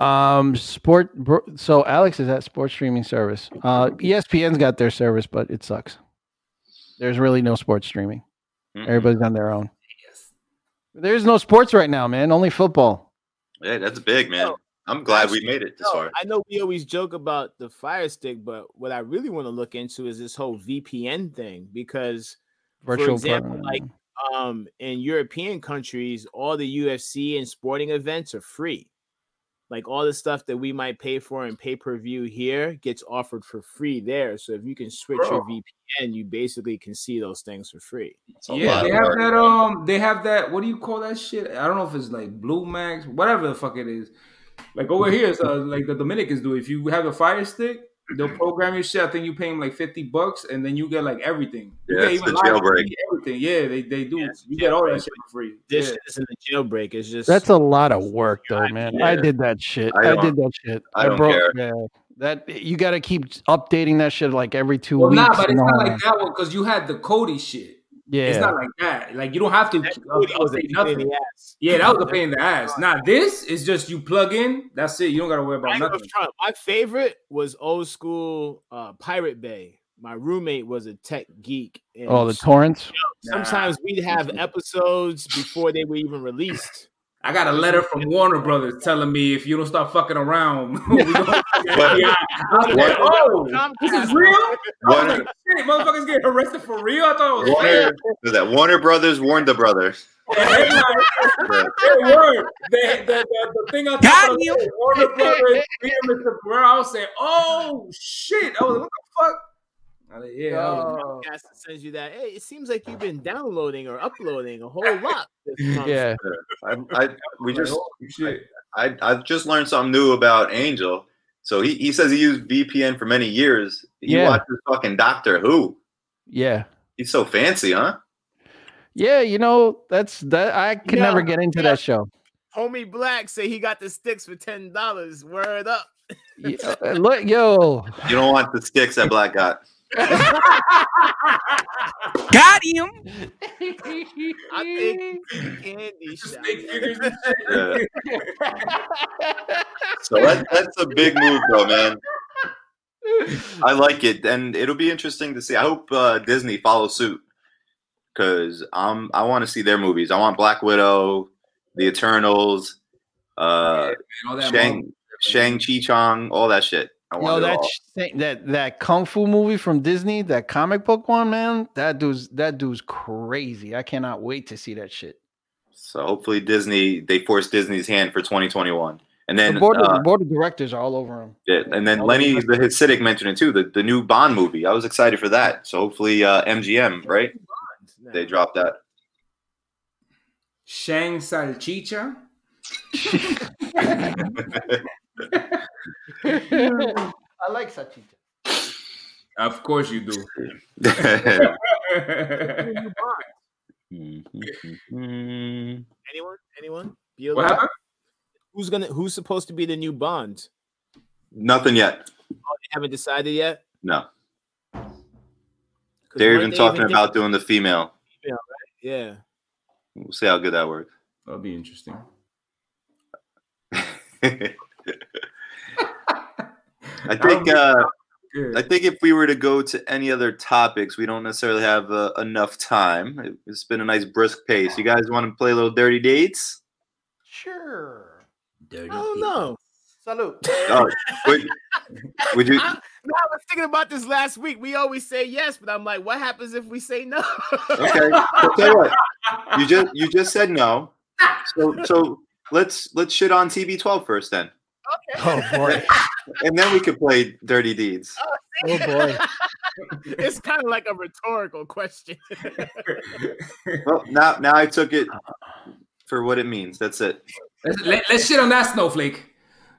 S1: Um, sport. bro- So Alex is at sports streaming service. Uh, ESPN's got their service, but it sucks. There's really no sports streaming.
S2: Mm-mm.
S1: Everybody's on their own.
S3: Yes.
S1: There's no sports right now, man. Only football.
S2: Yeah, that's big, man.
S4: No,
S2: I'm glad we made it this
S4: No,
S2: far.
S4: I know we always joke about the Fire Stick, but what I really want to look into is this whole VPN thing because,
S1: Virtual
S4: for example,
S1: partner.
S4: like um, in European countries, all the UFC and sporting events are free. Like all the stuff that we might pay for in pay per view here gets offered for free there. So if you can switch your
S3: Bro.
S4: VPN, you basically can see those things for free.
S2: It's a
S3: yeah,
S2: lot
S3: they
S2: of
S3: have
S2: work.
S3: that. Um, they have that. What do you call that shit? I don't know if it's like Blue Max, whatever the fuck it is. Like over here, it's, uh, like the Dominicans do. If you have a Fire Stick, they'll program your shit. I think you pay them like fifty bucks, and then you get like everything. You
S2: Yeah,
S3: get
S2: it's the
S3: live
S2: jailbreak.
S3: TV, Everything. Yeah, they they do.
S4: Yeah, it's
S3: you get all
S4: jailbreak.
S3: that shit for free.
S4: This
S3: Yeah.
S4: shit isn't a jailbreak. It's just
S1: That's a lot of work, though, man. I
S2: Yeah.
S1: did that shit.
S2: I
S1: I,
S2: don't-
S1: did that shit.
S2: I don't care.
S1: Yeah, that you got to keep updating that shit like every two
S3: Well,
S1: weeks.
S3: nah, but it's
S1: and
S3: not
S1: all
S3: like
S1: that.
S3: that one because you had the Cody shit.
S1: yeah,
S3: It's not like that. Like you don't have to
S4: that
S3: keep-
S4: really was a
S3: update
S4: pain in
S3: nothing.
S4: the ass.
S3: Yeah, that was a pain in the ass. Now this is just you plug in. That's it. You don't gotta worry about
S4: Right up
S3: nothing.
S4: front, My favorite was old school uh, Pirate Bay. My roommate was a tech geek. And
S1: oh, the torrents.
S4: sometimes we'd have episodes before they were even released.
S3: I got a letter from Warner Brothers telling me if you don't start fucking around, we gonna- yeah, I was like, oh, this is real. I was
S2: Warner,
S3: like, shit, motherfuckers getting arrested for real. I thought it was
S2: Warner, who's that? Warner Brothers warned the brothers.
S3: fake.
S2: But
S3: They were. They, the, the, the thing I thought was Warner Brothers, Peter Mr. Guerrero, I was saying, oh shit. I was like, what the fuck? I was like, yeah. I was-
S4: Comcast sends you that. Hey, it seems like you've been downloading or uploading a whole lot. this month."
S1: Yeah,
S2: I, I, we
S3: Like,
S2: just,
S3: oh, shit.
S2: I, I just learned something new about Angel. So he, he says he used VPN for many years. He
S1: Yeah.
S2: watches fucking Doctor Who.
S1: yeah,
S2: He's so fancy, huh?
S1: yeah. You know, that's that. I could
S4: Yeah,
S1: never get into
S4: yeah.
S1: that show.
S4: Homie Black say he got the sticks for ten dollars. Word up.
S1: Yeah, uh, look, yo,
S2: You don't want the sticks that Black got.
S6: Got him.
S4: I think candy
S3: Just
S4: shop.
S3: big figures and
S2: Yeah.
S3: shit.
S2: So that, that's a big move, though, man. I like it, and it'll be interesting to see. I hope uh, Disney follows suit because I'm I want to see their movies. I want Black Widow, The Eternals, uh,
S3: And all that
S2: Shang Shang Chi Chong, all that shit. I
S1: yo,
S2: want it
S1: that
S2: all.
S1: sh- thing, that that kung fu movie from Disney, that comic book one, man. That dude's that dude's crazy. I cannot wait to see that shit.
S2: So hopefully Disney they force Disney's hand for 2021, and
S1: The
S2: then
S1: board, of,
S2: uh,
S1: the board of directors are all over him.
S2: yeah, and then Lenny the Hasidic mentioned it too. The the new Bond movie. I was excited for that. So hopefully uh, MGM right
S4: Nah.
S2: they drop that.
S3: Shang Salchicha.
S1: I like Sachita.
S3: Of course you do.
S4: Anyone? Anyone? Be
S3: what
S4: alive.
S3: happened?
S4: Who's gonna? Who's supposed to be the new Bond?
S2: Nothing yet.
S4: They haven't decided yet.
S2: No,
S4: 'Cause
S2: they're
S4: weren't
S2: even
S4: they
S2: talking
S4: doing-
S2: about doing the female.
S4: Yeah.
S2: We'll see how good that works.
S3: That'll be interesting.
S2: I
S3: don't
S2: think uh, I
S3: Good.
S2: think if we were to go to any other topics, we don't necessarily have uh, enough time. It, it's been a nice brisk pace. You guys want to play a little dirty dates?
S1: Sure.
S4: I don't know.
S1: Salute.
S2: Oh, would, would you?
S4: I'm- no, I was thinking about this last week. We always say yes, but I'm like, what happens if we say no?
S2: Okay. I'll tell you what. You just you just said no. So so let's let's shit on TB12 first then,
S1: Oh boy.
S2: and then we could play dirty deeds.
S1: Oh boy.
S4: it's kind of like a rhetorical question.
S2: Well, now now I took it for what it means. That's it.
S3: Let's, let, us shit on that snowflake.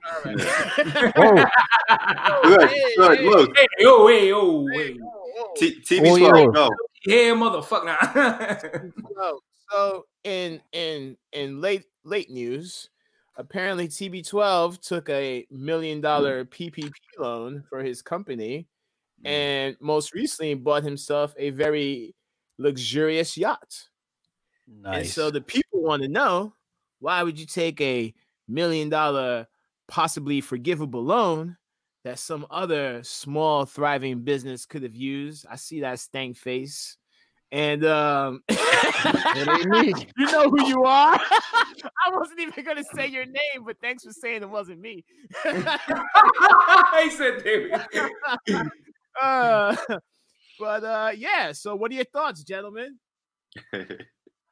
S4: All right.
S1: Whoa.
S2: Good, good. Look,
S3: Hey, yo, hey, yo, hey.
S2: T-
S1: Oh,
S2: TB12.
S1: yeah.
S2: No,
S3: Hey, motherfucker. Nah.
S4: so, so in in in late late news, apparently TB12 took a
S1: Mm.
S4: million dollar PPP loan for his company,
S1: Mm.
S4: and most recently bought himself a very luxurious yacht. And
S1: Nice.
S4: so the people want to know why would you take a million dollar, possibly forgivable loan that some other small thriving business could have used? I see that stank face. And um,
S1: It ain't me.
S4: you know who you are. I wasn't even gonna say your name, but thanks for saying it wasn't me.
S3: I said David.
S4: Uh, but uh, yeah. So, what are your thoughts, gentlemen?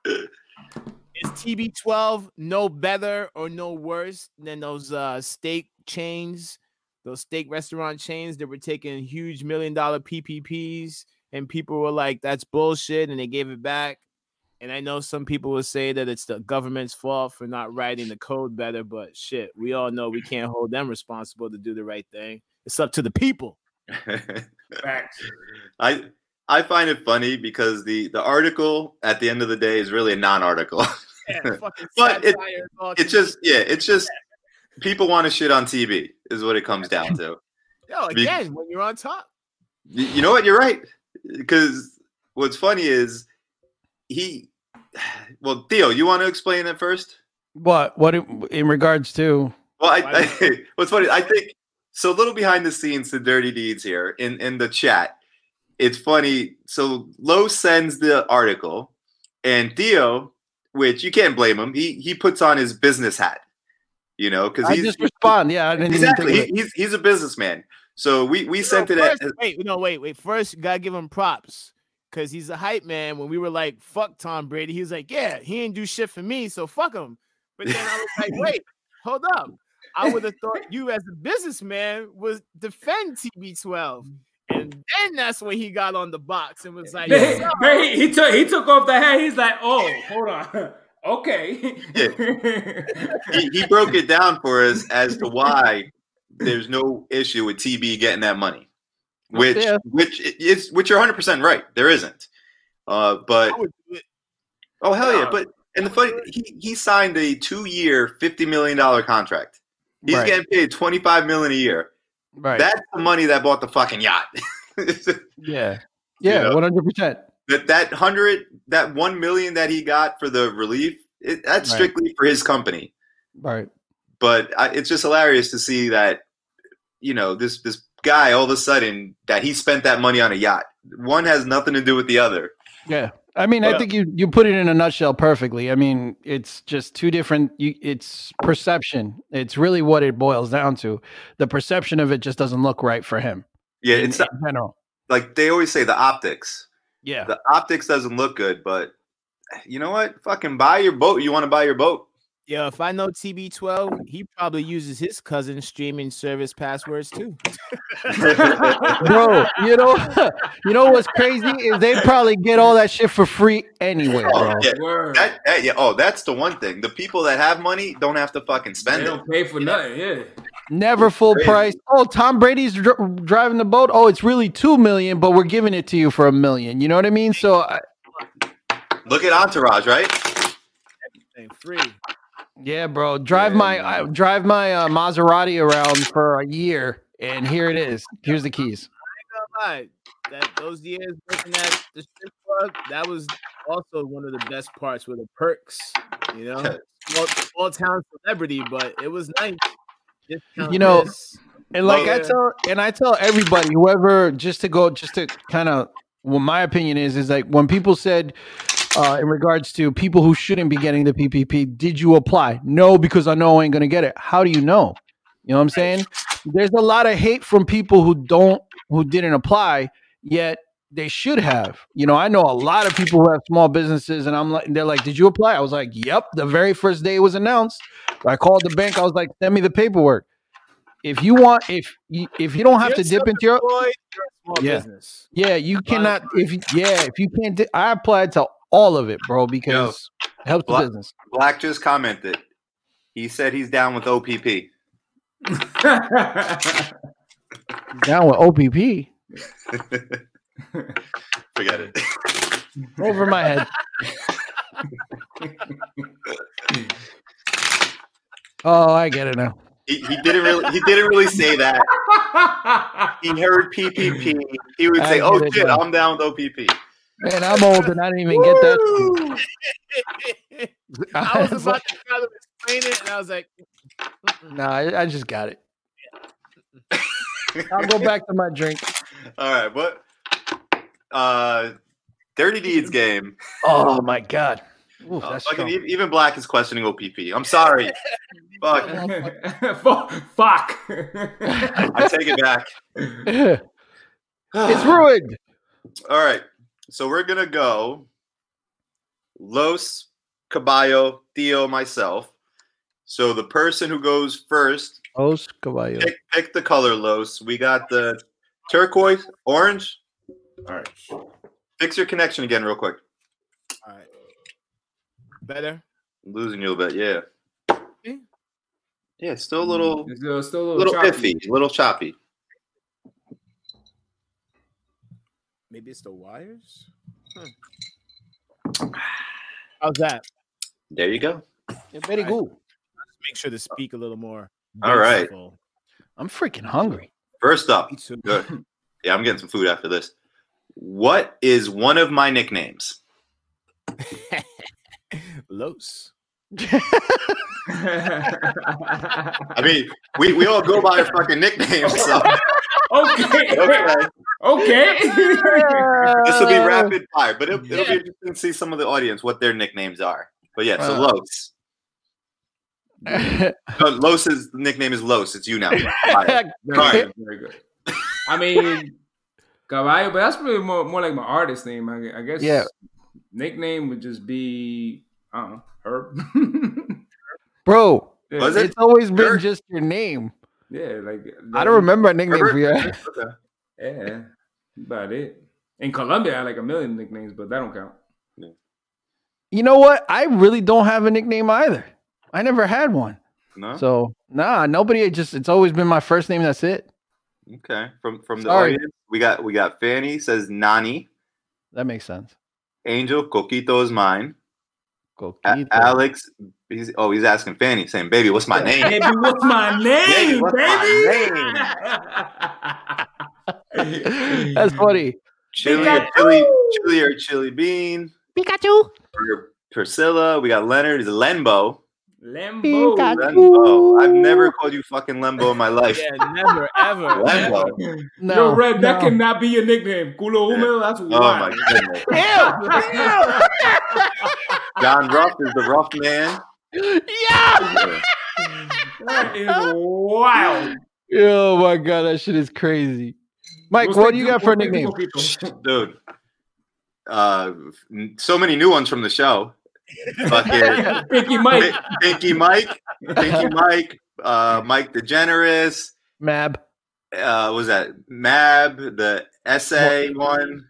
S4: Is TB12 no better or no worse than those uh, steak chains, those steak restaurant chains that were taking huge million dollar PPPs, and people were like, "That's bullshit," and they gave it back. And I know some people will say that it's the government's fault for not writing the code better, but shit, we all know we can't hold them responsible to do the right thing. It's up to the people.
S3: Facts.
S2: I I find it funny because the the article at the end of the day is really a non-article.
S4: Yeah, fucking
S2: But it-
S4: satire is all
S2: It's
S4: to-
S2: just yeah, it's just people want to shit on TV is what it comes down to.
S4: Yo,
S2: Be-
S4: again, when you're on top.
S2: Y- You know what? You're right. Because what's funny is he. Well, Theo, you want to explain it first?
S1: What? What it, in regards to?
S2: Well,
S4: Why
S2: I, I what's funny, I think so. A little behind the scenes to Dirty Deeds here in in the chat. It's funny. So Lowe sends the article, and Theo, which you can't blame him, he he puts on his business hat, you know, because
S1: I
S2: he's
S1: just respond. Yeah, I didn't
S2: exactly
S1: even
S2: he,
S1: think of it.
S2: he's he's a businessman. So we we
S4: No,
S2: sent it at,
S4: first- wait, no, wait, wait. First, you gotta give him props because he's a hype man. When we were like, "Fuck Tom Brady," he was like, "Yeah, he didn't do shit for me, so fuck him." But then I was like, "Wait, hold up." I would have thought you, as a businessman, was defend TB12, and then that's when he got on the box and was like,
S3: They-
S4: "What's up?"
S3: they- he took he took off the hat. He's like, oh, hold on. Okay.
S2: he, he broke it down for us as to why there's no issue with TB getting that money, which
S1: Yeah.
S2: which is which you're 100 percent right. There isn't, uh, but
S4: I would do it.
S2: oh hell yeah!
S4: No.
S2: But and the funny he, he signed a two year 50 million dollar contract. He's
S1: right.
S2: getting paid 25 million a year.
S1: right.
S2: That's the money that bought the fucking yacht.
S1: yeah.
S2: You
S1: Yeah.
S2: know?
S1: One hundred percent.
S2: that that hundred that one million that he got for the relief it, that's
S1: Right.
S2: strictly for his company.
S1: Right.
S2: but I, it's just hilarious to see that you know this this guy all of a sudden that he spent that money on a yacht. One has nothing to do with the other.
S1: Yeah. I mean, I
S2: Yeah.
S1: think you you put it in a nutshell perfectly. I mean, it's just two different. You, it's perception. It's really what it boils down to. The perception of it just doesn't look right for him.
S2: Yeah,
S1: in-
S2: it's
S1: in general.
S2: like they always say the optics.
S1: Yeah.
S2: The optics doesn't look good, but you know what? Fucking buy your boat. You want to buy your boat?
S4: Yo, if I know TB12, he probably uses his cousin's streaming service passwords too.
S2: Oh,
S1: bro. You know, you know what's crazy is they probably get all that shit for free anyway, bro.
S2: Oh, yeah.
S3: Word.
S2: That, that- yeah. Oh, that's the one thing. The people that have money don't have to fucking
S3: they
S2: spend it.
S3: don't pay for nothing. Yeah.
S1: Never full
S2: Crazy.
S1: price. Oh, Tom Brady's dr- driving the boat. Oh, it's really two million, but we're giving it to you for a million. You know what I mean? So, uh, I,
S2: Look at Entourage, right?
S4: Ain't Free.
S1: yeah, bro, drive
S2: Yeah,
S1: my
S2: man.
S1: I, drive my uh, Maserati around for a year, and here it is. Here's the keys.
S4: gonna lie, that those years working at the strip club, that was also one of the best parts with the perks. You know, small, small town celebrity, but it was nice. Discount
S1: You know,
S4: this.
S1: And like I
S4: Yeah.
S1: tell, and I tell everybody, whoever, just to go, just to kind of, what my opinion is, is like when people said, uh, in regards to people who shouldn't be getting the PPP, did you apply? No, because I know I ain't gonna get it. How do you know? You know what I'm saying? There's a lot of hate from people who don't, who didn't apply, yet they should have. You know, I know a lot of people who have small businesses, and I'm like, they're like, did you apply? I was like, yep. The very first day it was announced, I called the bank. I was like, send me the paperwork. If you want, if you, if you don't have to
S4: You're
S1: dip into your
S4: self-employed, you're a small
S1: uh, Yeah.
S4: business.
S1: yeah, you cannot. If you- yeah, if you can't, di- I applied to all of it, bro, because it helps the
S2: Well,
S1: business.
S2: Black just commented. He said he's down with OPP.
S1: Down with OPP
S2: Forget it.
S1: over my head. oh, I get it now.
S2: He, he didn't really. He didn't really say that. he heard PPP, he would say,
S1: I
S2: "Oh
S1: get it,
S2: shit,
S1: bro.
S2: I'm down with OPP."
S1: Man, I'm old and I didn't even get that.
S4: I was about to try to explain it, and I was like,
S1: nah, I, I just got it. I'll go back to my drink.
S2: All right, what? Uh, Dirty Deeds game.
S1: Oh my god. Ooh,
S2: Uh,
S1: that's
S2: fucking,
S1: strong.
S2: e- even Black is questioning OPP. I'm sorry. Fuck.
S3: Fuck. Fuck.
S2: I take it back.
S1: it's ruined.
S2: All right. So we're gonna go Los Caballo, Theo, myself. So the person who goes first,
S1: Los Caballo.
S2: pick, pick the color, Los. We got the turquoise, orange. All right. Fix your connection again, real quick.
S4: All right. Better.
S2: losing you a bit, yeah.
S4: Okay.
S2: Yeah, it's still a little
S3: Mm, It's uh, still, still a
S2: a
S3: little,
S2: little
S3: choppy.
S2: iffy, a little choppy.
S4: Maybe it's the wires. Huh. How's that?
S2: There you go.
S1: Very good.
S4: Make sure to speak a little more.
S2: All right.
S4: bountiful.
S1: I'm freaking hungry.
S2: First up,
S4: Me too.
S2: Good. Yeah, I'm getting some food after this. What is one of my nicknames?
S4: Los.
S2: I mean, we, we all go by fucking nicknames, so
S3: okay.
S2: okay.
S3: okay.
S2: this will be rapid fire, but it'll, it'll
S4: Yeah.
S2: be interesting to see some of the audience what their nicknames are. But yeah, so
S1: Uh.
S2: Los. No, Los's nickname is Los. It's you now. Fire.
S3: Very good, very good. I mean, Caballo, but that's really more, more like my artist name. I, I guess.
S1: Yeah.
S3: Nickname would just be I don't know Herb.
S1: Bro,
S3: yeah,
S2: Was it?
S1: it's always
S2: Sure.
S1: been just your name.
S3: Yeah, like
S1: I don't remember a nickname for you.
S2: Herbert? Okay.
S3: Yeah, about it. In Colombia, I had like a million nicknames, but that don't count.
S1: You know what? I really don't have a nickname either. I never had one.
S2: No?
S1: So nah, nobody it just it's always been my first name. That's it.
S2: Okay. From from the
S1: Sorry.
S2: audience, we got we got Fanny says Nani.
S1: That makes sense.
S2: Angel Coquito is mine.
S1: Go
S2: A-
S1: Keith.
S2: Alex, he's oh he's asking Fanny, saying, "Baby, what's my name?"
S3: Baby, what's my
S2: Baby,
S3: name,
S2: what's
S3: baby?
S1: That's funny.
S2: Chili or chili, chili or chili bean.
S1: Pikachu.
S2: Pr- Priscilla, we got Leonard. Is Lembo?
S3: Lembo.
S2: Lembo. I've never called you fucking Lembo in my life.
S4: Yeah, never, ever. ever.
S2: Lembo.
S1: No,
S3: Yo, Red, that
S1: no.
S3: cannot be your nickname. Culo Humo, that's
S2: Oh my
S3: wild.
S2: goodness.
S1: Ew,
S2: John Ruff is the rough man.
S1: ew. yeah.
S3: that is wild.
S1: Oh my god, that shit is crazy. Mike,
S3: What's
S1: what
S3: the
S1: do you
S3: dude-
S1: got for a
S3: what's the
S1: nickname?
S3: dude people?
S2: Dude. Uh n- so many new ones from the show. Fucking
S3: Pinky Mike.
S2: Pin- Pinky Mike. Pinky Mike. Uh Mike the Generous.
S1: Mab.
S2: uh what was that Mab, the essay one.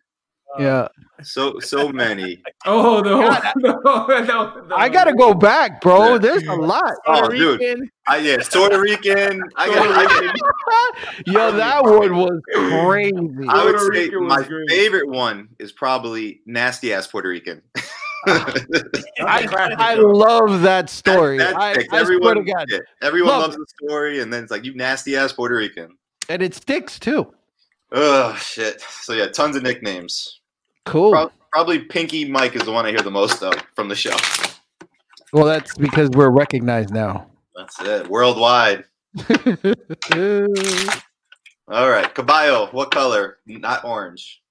S1: yeah.
S2: So so many.
S3: Oh, no.
S1: God,
S3: no, no, no.
S1: I gotta go back, bro.
S2: Yeah.
S1: There's a lot.
S2: Oh, dude. I yeah, Puerto Rican. I got I, got-
S1: Yo, that one was crazy.
S2: I would
S3: Puerto
S2: say
S3: Rican was
S2: my
S3: great.
S2: favorite one is probably nasty ass Puerto Rican. That-
S3: That's a classic,
S1: I
S3: though.
S1: love that story.
S2: that
S1: I, I
S2: sticks.
S1: swear to
S2: everyone,
S1: God.
S2: yeah, everyone
S1: Love
S2: loves the story, and then it's like you nasty ass Puerto Rican.
S1: And it sticks too.
S2: Oh shit. So yeah, tons of nicknames.
S1: Cool.
S2: Prob- Probably Pinky Mike is the one I hear the most of from the show.
S1: Well, that's because we're recognized now.
S2: That's it. Worldwide. All right, Caballo, what color? Not orange.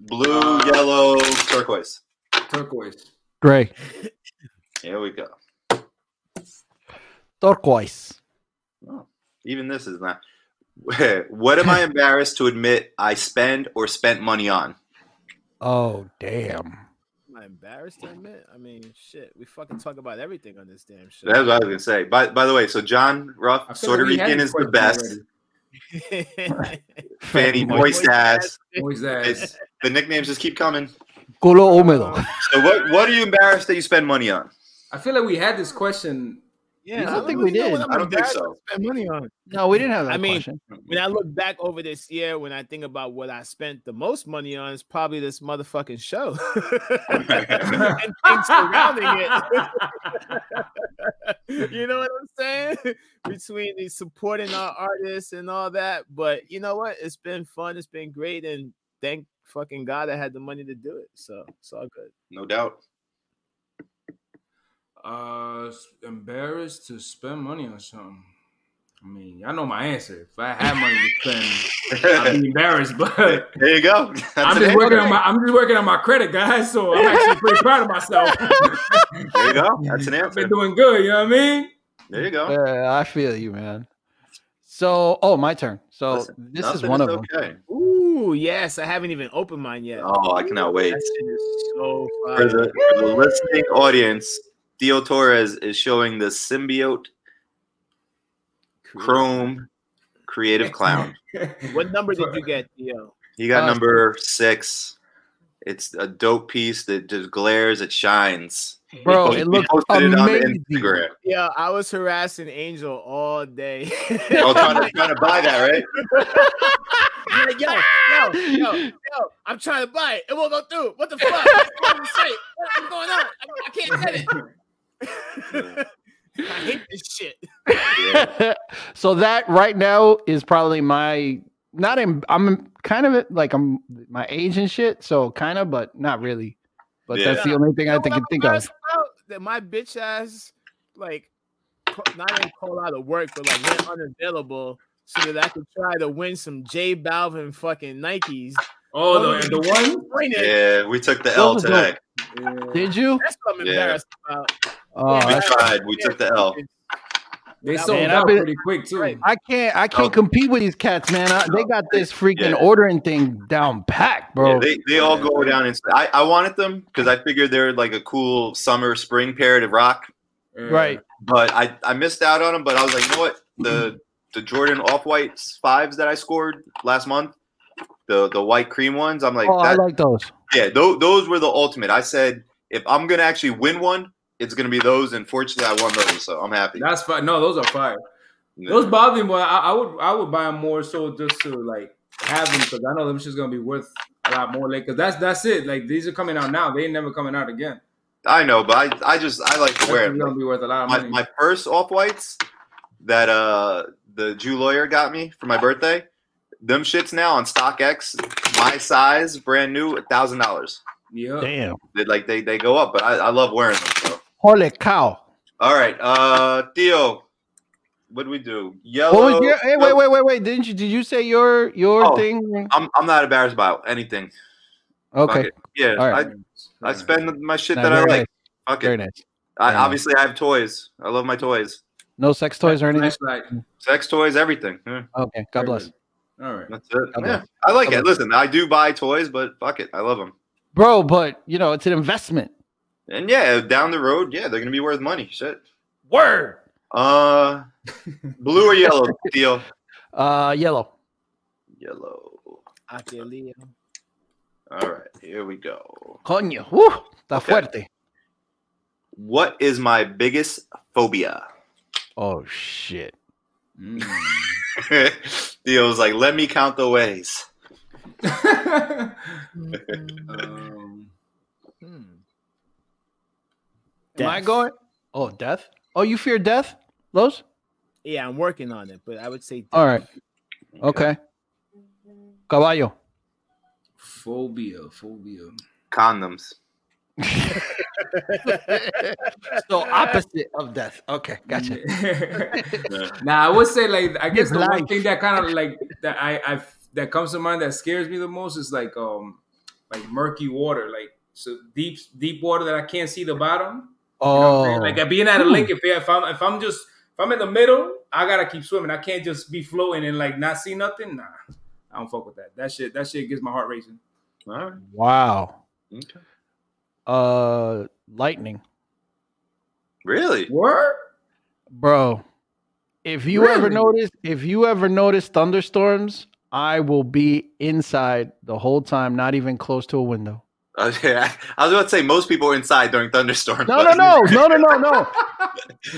S2: Blue, yellow, turquoise.
S3: Turquoise.
S1: Gray.
S2: Here we go.
S1: Turquoise.
S2: Even this is not. What am I embarrassed to admit I spend or spent money on?
S1: Oh, damn.
S4: I'm not embarrassed to admit. I mean, shit, we fucking talk about everything on this damn shit.
S2: That's what I was gonna say. By by the way, so John
S3: I
S2: Ruff,
S3: feel
S2: Puerto
S3: like we had
S2: Rican
S3: this
S2: is the
S3: question
S2: best.
S3: already.
S2: Fanny
S4: Moist
S2: moist ass.
S3: Always
S2: It's-
S3: ass.
S2: The nicknames just keep coming.
S1: Culo húmedo.
S2: So what what are you embarrassed that you spend money on?
S3: I feel like we had this question.
S4: yeah,
S1: don't
S4: I
S1: think
S4: really
S1: we
S4: know what
S1: did.
S4: I'm
S2: I don't think
S4: embarrassed
S2: so.
S4: to Spend money on.
S1: No, we didn't have that
S4: I mean-
S1: question.
S4: When I look back over this year, when I think about what I spent the most money on, is probably this motherfucking show and things surrounding it. you know what I'm saying? Between the supporting our artists and all that. But you know what? It's been fun. It's been great. And thank fucking God I had the money to do it. So it's all good.
S2: No doubt.
S3: Uh, s- embarrassed to spend money on something. I mean, y'all know my answer. If I had money to spend, I'd be embarrassed. But
S2: There you go.
S3: I'm
S2: That's
S3: just
S2: it.
S3: working on my I'm just working on my credit, guys. So I'm actually pretty proud of myself.
S2: There you go. That's an
S3: I've been
S2: answer.
S3: doing good. You know what I mean?
S2: There you go.
S1: Yeah, I feel you, man. So, oh, my turn. So
S2: Listen,
S1: this is
S2: Nothing
S1: one of them.
S2: okay.
S4: Ooh, yes. I haven't even opened mine yet.
S2: Oh, I cannot wait.
S4: That shit is so
S2: For
S4: fire.
S2: the, for the listening audience, Theo Torres is showing the symbiote Chrome Creative Clown.
S4: What number did you get, Theo?
S2: He got
S1: Uh,
S2: number six. It's a dope piece that just glares. It shines.
S1: Bro,
S2: He
S1: it looks
S2: posted it on
S1: amazing.
S2: Instagram.
S4: Yeah, I was harassing Angel all day.
S2: Oh, trying to, trying to buy that, right?
S4: I'm like, yo, yo, yo, yo, I'm trying to buy it. It won't go through. What the fuck? What's wrong with the site? What- What's going on? I, I can't get it. I hate this shit.
S2: Yeah.
S1: so that right now is probably my not in I'm kind of like I'm my age and shit, so kind of, but not really. But
S2: Yeah.
S1: that's the only thing I
S4: You know
S1: think can
S4: what I'm
S1: think of.
S4: embarrassed about? That my bitch ass, like, ca- not even call out of work, but like went unavailable so that I could try to win some J Balvin fucking Nikes.
S3: Oh, the, the one.
S4: Win it.
S2: Yeah, we took the L
S1: was
S2: today.
S1: Did you?
S4: That's what I'm
S2: Yeah.
S4: embarrassed about.
S1: Oh,
S2: We
S1: I-
S2: tried. We took the L.
S3: They
S4: Man,
S3: sold
S1: I've
S3: out
S1: been-
S3: pretty quick too.
S4: Right.
S1: I can't I can't
S2: Oh.
S1: compete with these cats, man. I, they got this freaking
S2: Yeah.
S1: ordering thing down packed, bro.
S2: Yeah, they, they all go down. And, I, I wanted them because I figured they're like a cool summer spring pair to rock.
S3: Yeah.
S1: right.
S2: but I, I missed out on them. But I was like, you know what? The the Jordan off white fives that I scored last month, the the white cream ones. I'm like,
S1: oh, I
S2: that,
S1: like those.
S2: yeah, those, those were the ultimate. I said, if I'm gonna actually win one, it's gonna be those. And fortunately, I won those, so I'm happy.
S3: That's fire. No, those are fire. Those bother me. but I, I would I would buy them more so just to like have them because I know them shit's gonna be worth a lot more later. Cause that's that's it. Like these are coming out now. They ain't never coming out again.
S2: I know, but I, I just I like to
S3: That's
S2: wear
S3: gonna
S2: them.
S3: be worth a lot of
S2: My,
S3: money.
S2: my first off whites that uh the Jew lawyer got me for my birthday. Them shits now on StockX, my size, brand new, a thousand dollars.
S3: yeah.
S1: Damn.
S2: They like they they go up, but I, I love wearing them. So.
S1: Holy cow.
S2: All right, uh, Theo, what do we do? Yellow.
S1: What was your hey wait, wait, wait, wait. Didn't you did you say your your
S2: Oh.
S1: thing?
S2: I'm, I'm not embarrassed about anything. Fuck
S1: Okay.
S2: it. Yeah,
S1: All right.
S2: I, I spend my shit
S1: Nah,
S2: that I
S1: very
S2: like.
S1: nice,
S2: Fuck
S1: very
S2: it.
S1: nice.
S2: I,
S1: Yeah.
S2: obviously, I have toys. I love my toys.
S1: No sex toys or anything.
S3: Flashlight.
S2: Sex toys, everything. Yeah,
S1: Okay. God bless.
S3: All right.
S2: that's it.
S1: Okay.
S2: Yeah, I like
S1: Okay.
S2: it. Listen, I do buy toys, but fuck it. I love them.
S1: Bro, but you know, it's an investment.
S2: And yeah, down the road, yeah, they're going to be worth money. Shit.
S1: Word.
S2: Uh, blue or yellow, Theo?
S1: Uh yellow.
S2: Yellow.
S4: I feel Leo.
S2: All right, here we go.
S1: Coño. Woo. Está
S2: Okay.
S1: fuerte.
S2: What is my biggest phobia?
S1: Oh shit.
S3: Mm.
S2: Theo's like, let me count the ways.
S3: Mm. um,
S4: Hmm.
S1: Am I
S4: Death.
S1: going? Oh, death? Oh, you fear death? Los?
S4: Yeah, I'm working on it, but I would say
S1: All right. Okay. Caballo.
S3: phobia. Phobia.
S2: Condoms.
S1: So opposite of death. Okay, gotcha.
S3: now I would say like I guess the one
S1: life.
S3: thing that kind of like that I I that comes to mind that scares me the most is like um like murky water like so deep deep water that I can't see the bottom. You know what I'm
S1: Oh
S3: saying? like being at a
S1: Hmm.
S3: lake if, if I'm if I'm just if I'm in the middle I gotta keep swimming. I can't just be floating and like not see nothing. Nah, I don't fuck with that. That shit that shit gets my heart racing.
S2: All right.
S1: wow.
S2: Okay.
S1: Uh lightning.
S2: Really?
S3: What?
S1: Bro, if you ever
S3: Really?
S1: notice, if you ever notice thunderstorms, I will be inside the whole time, not even close to a window.
S2: Okay. I, I was about to say most people are inside during thunderstorms.
S1: No, no,
S2: but-
S1: no, no, no, no, no.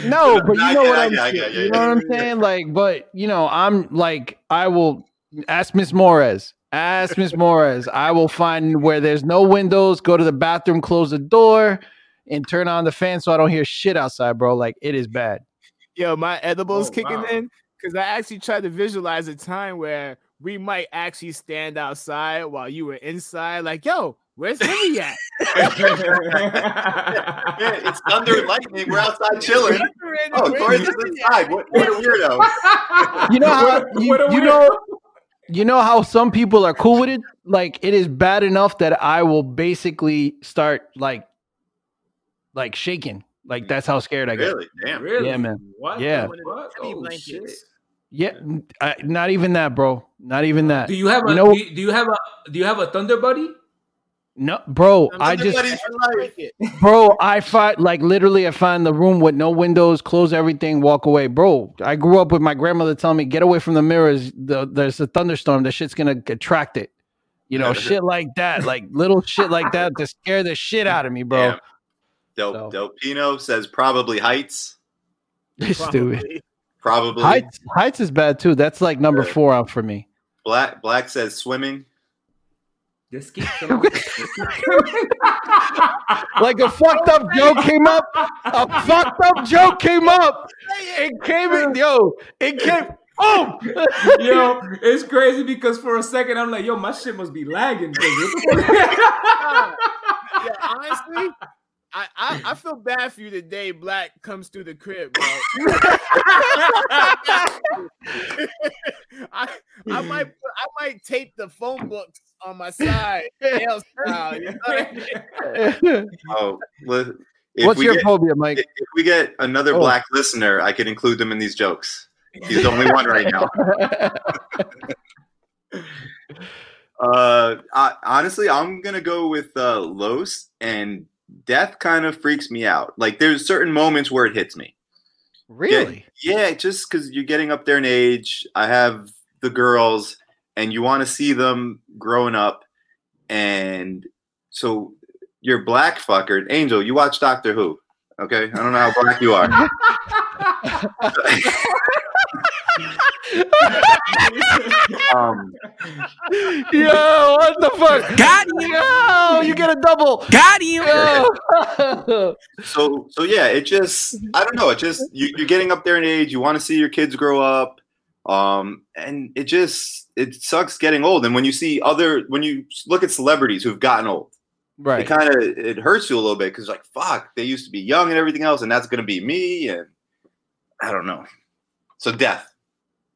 S1: No, but
S2: I
S1: you know
S2: get-
S1: what
S2: I
S1: I'm
S2: get- I
S1: saying.
S2: get- yeah,
S1: you know
S2: yeah.
S1: what I'm saying? Like, but you know, I'm like, I will ask Miss Morez. Ask Miss Morez. I will find where there's no windows, go to the bathroom, close the door, and turn on the fan so I don't hear shit outside, bro. Like it is bad.
S4: Yo, my edibles
S3: Oh,
S4: kicking
S3: wow.
S4: in because I actually tried to visualize a time where we might actually stand outside while you were inside. Like, yo, Where's Henry at?
S2: Yeah, it's thunder and lightning. We're outside chilling. Oh, Corey's just inside. What, what a weirdo.
S1: You know how
S3: What a-
S1: you,
S3: what a
S1: you know you know how some people are cool with it. Like it is bad enough that I will basically start like like shaking. Like that's how scared I get.
S2: Really? Damn.
S3: Really?
S1: Yeah, man.
S3: What? the
S1: Yeah.
S3: fuck?
S4: Heavy
S3: Oh,
S4: blankets.
S3: shit.
S1: Yeah, n- I, not even that, bro. Not even that.
S3: Do you have a
S1: You know-
S3: do, you, do you have a do you have a thunder buddy?
S1: no, bro.
S4: I'm
S1: I just
S2: Everybody's for life.
S1: Bro, I find like literally, I find the room with no windows, close everything, walk away. Bro, I grew up with my grandmother telling me, "Get away from the mirrors. The, there's a thunderstorm. The shit's gonna attract it." You know, shit like that, like little shit like that, to scare the shit out of me, bro.
S2: Damn. Del,
S1: So-
S2: Del Pino says probably heights.
S1: Stupid.
S2: Probably.
S1: Heights, heights is bad too. That's like number four out for me.
S2: Black Black says swimming.
S3: Just keep Like
S1: Like a fucked up joke came up. A fucked up joke came up. It came in, yo. It came. Oh,
S3: yo, it's crazy because for a second I'm like, yo, my shit must be lagging. 'cause what the
S4: yeah, honestly, I, I I feel bad for you today. Black comes through the crib, bro. I I might put- I might tape the phone books on my side. nail style, you know what I mean?
S2: Oh, li- if
S1: what's
S2: we
S1: your
S2: get,
S1: phobia, Mike?
S2: if if we get another
S1: Oh.
S2: black listener, I could include them in these jokes. He's the only one right now. Uh, I, honestly, I'm gonna go with uh, Los, and death kind of freaks me out. Like there's certain moments where it hits me.
S1: Really?
S2: Yeah, just because you're getting up there in age. I have the girls, and you want to see them growing up, and so you're black fucker, Angel. You watch Doctor Who, okay? I don't know how black you are. um,
S1: Yo, what the fuck? Got you. Yo, you get a double. Got you. Yo.
S2: so so yeah, it just
S1: Mm-hmm.
S2: I don't know. It just you, you're getting up there in age. You want to see your kids grow up, um, and it just it sucks getting old. And when you see other when you look at celebrities who've gotten old. it
S1: right.
S2: kind of it hurts you a little bit because like fuck they used to be young and everything else and that's gonna be me and i don't know so death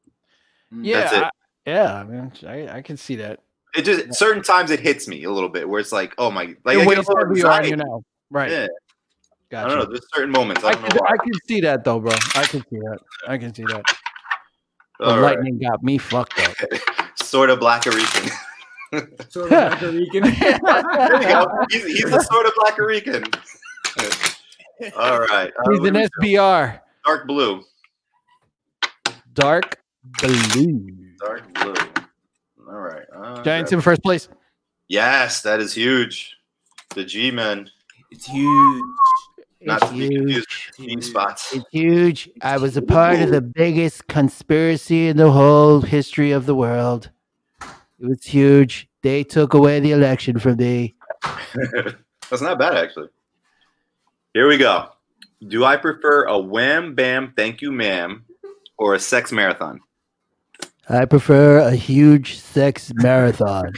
S1: Yeah.
S2: That's it.
S1: I- yeah. I, mean, I, I can see that.
S2: it just certain times it hits me a little bit where it's like oh my like
S1: It
S2: I get a
S1: weighs
S2: little
S1: heavier on you
S2: anxiety.
S1: now. Right.
S2: Yeah, i
S1: Gotcha.
S2: don't know there's certain moments i
S1: I
S2: don't
S1: can,
S2: know why.
S1: I can see that though, bro. I can see that. I can see that. The
S2: All right.
S1: lightning got me fucked up.
S2: sort of black Rican.
S3: fuck? So Puerto
S2: there you
S3: Rican.
S2: go he's, he's a sort of black Rican. all right uh,
S1: He's an
S2: what do we-
S1: SBR.
S2: dark blue
S1: Dark blue.
S2: dark blue all right uh,
S1: Giants in first place.
S2: yes that is huge the g-men
S3: It's huge.
S2: not to be confused with G spots
S1: It's huge. I was a part of the biggest conspiracy in the whole history of the world. It was huge. They took away the election from me.
S2: That's not bad, actually. Here we go. Do I prefer a wham bam thank you ma'am or a sex marathon?
S1: I prefer a huge sex marathon.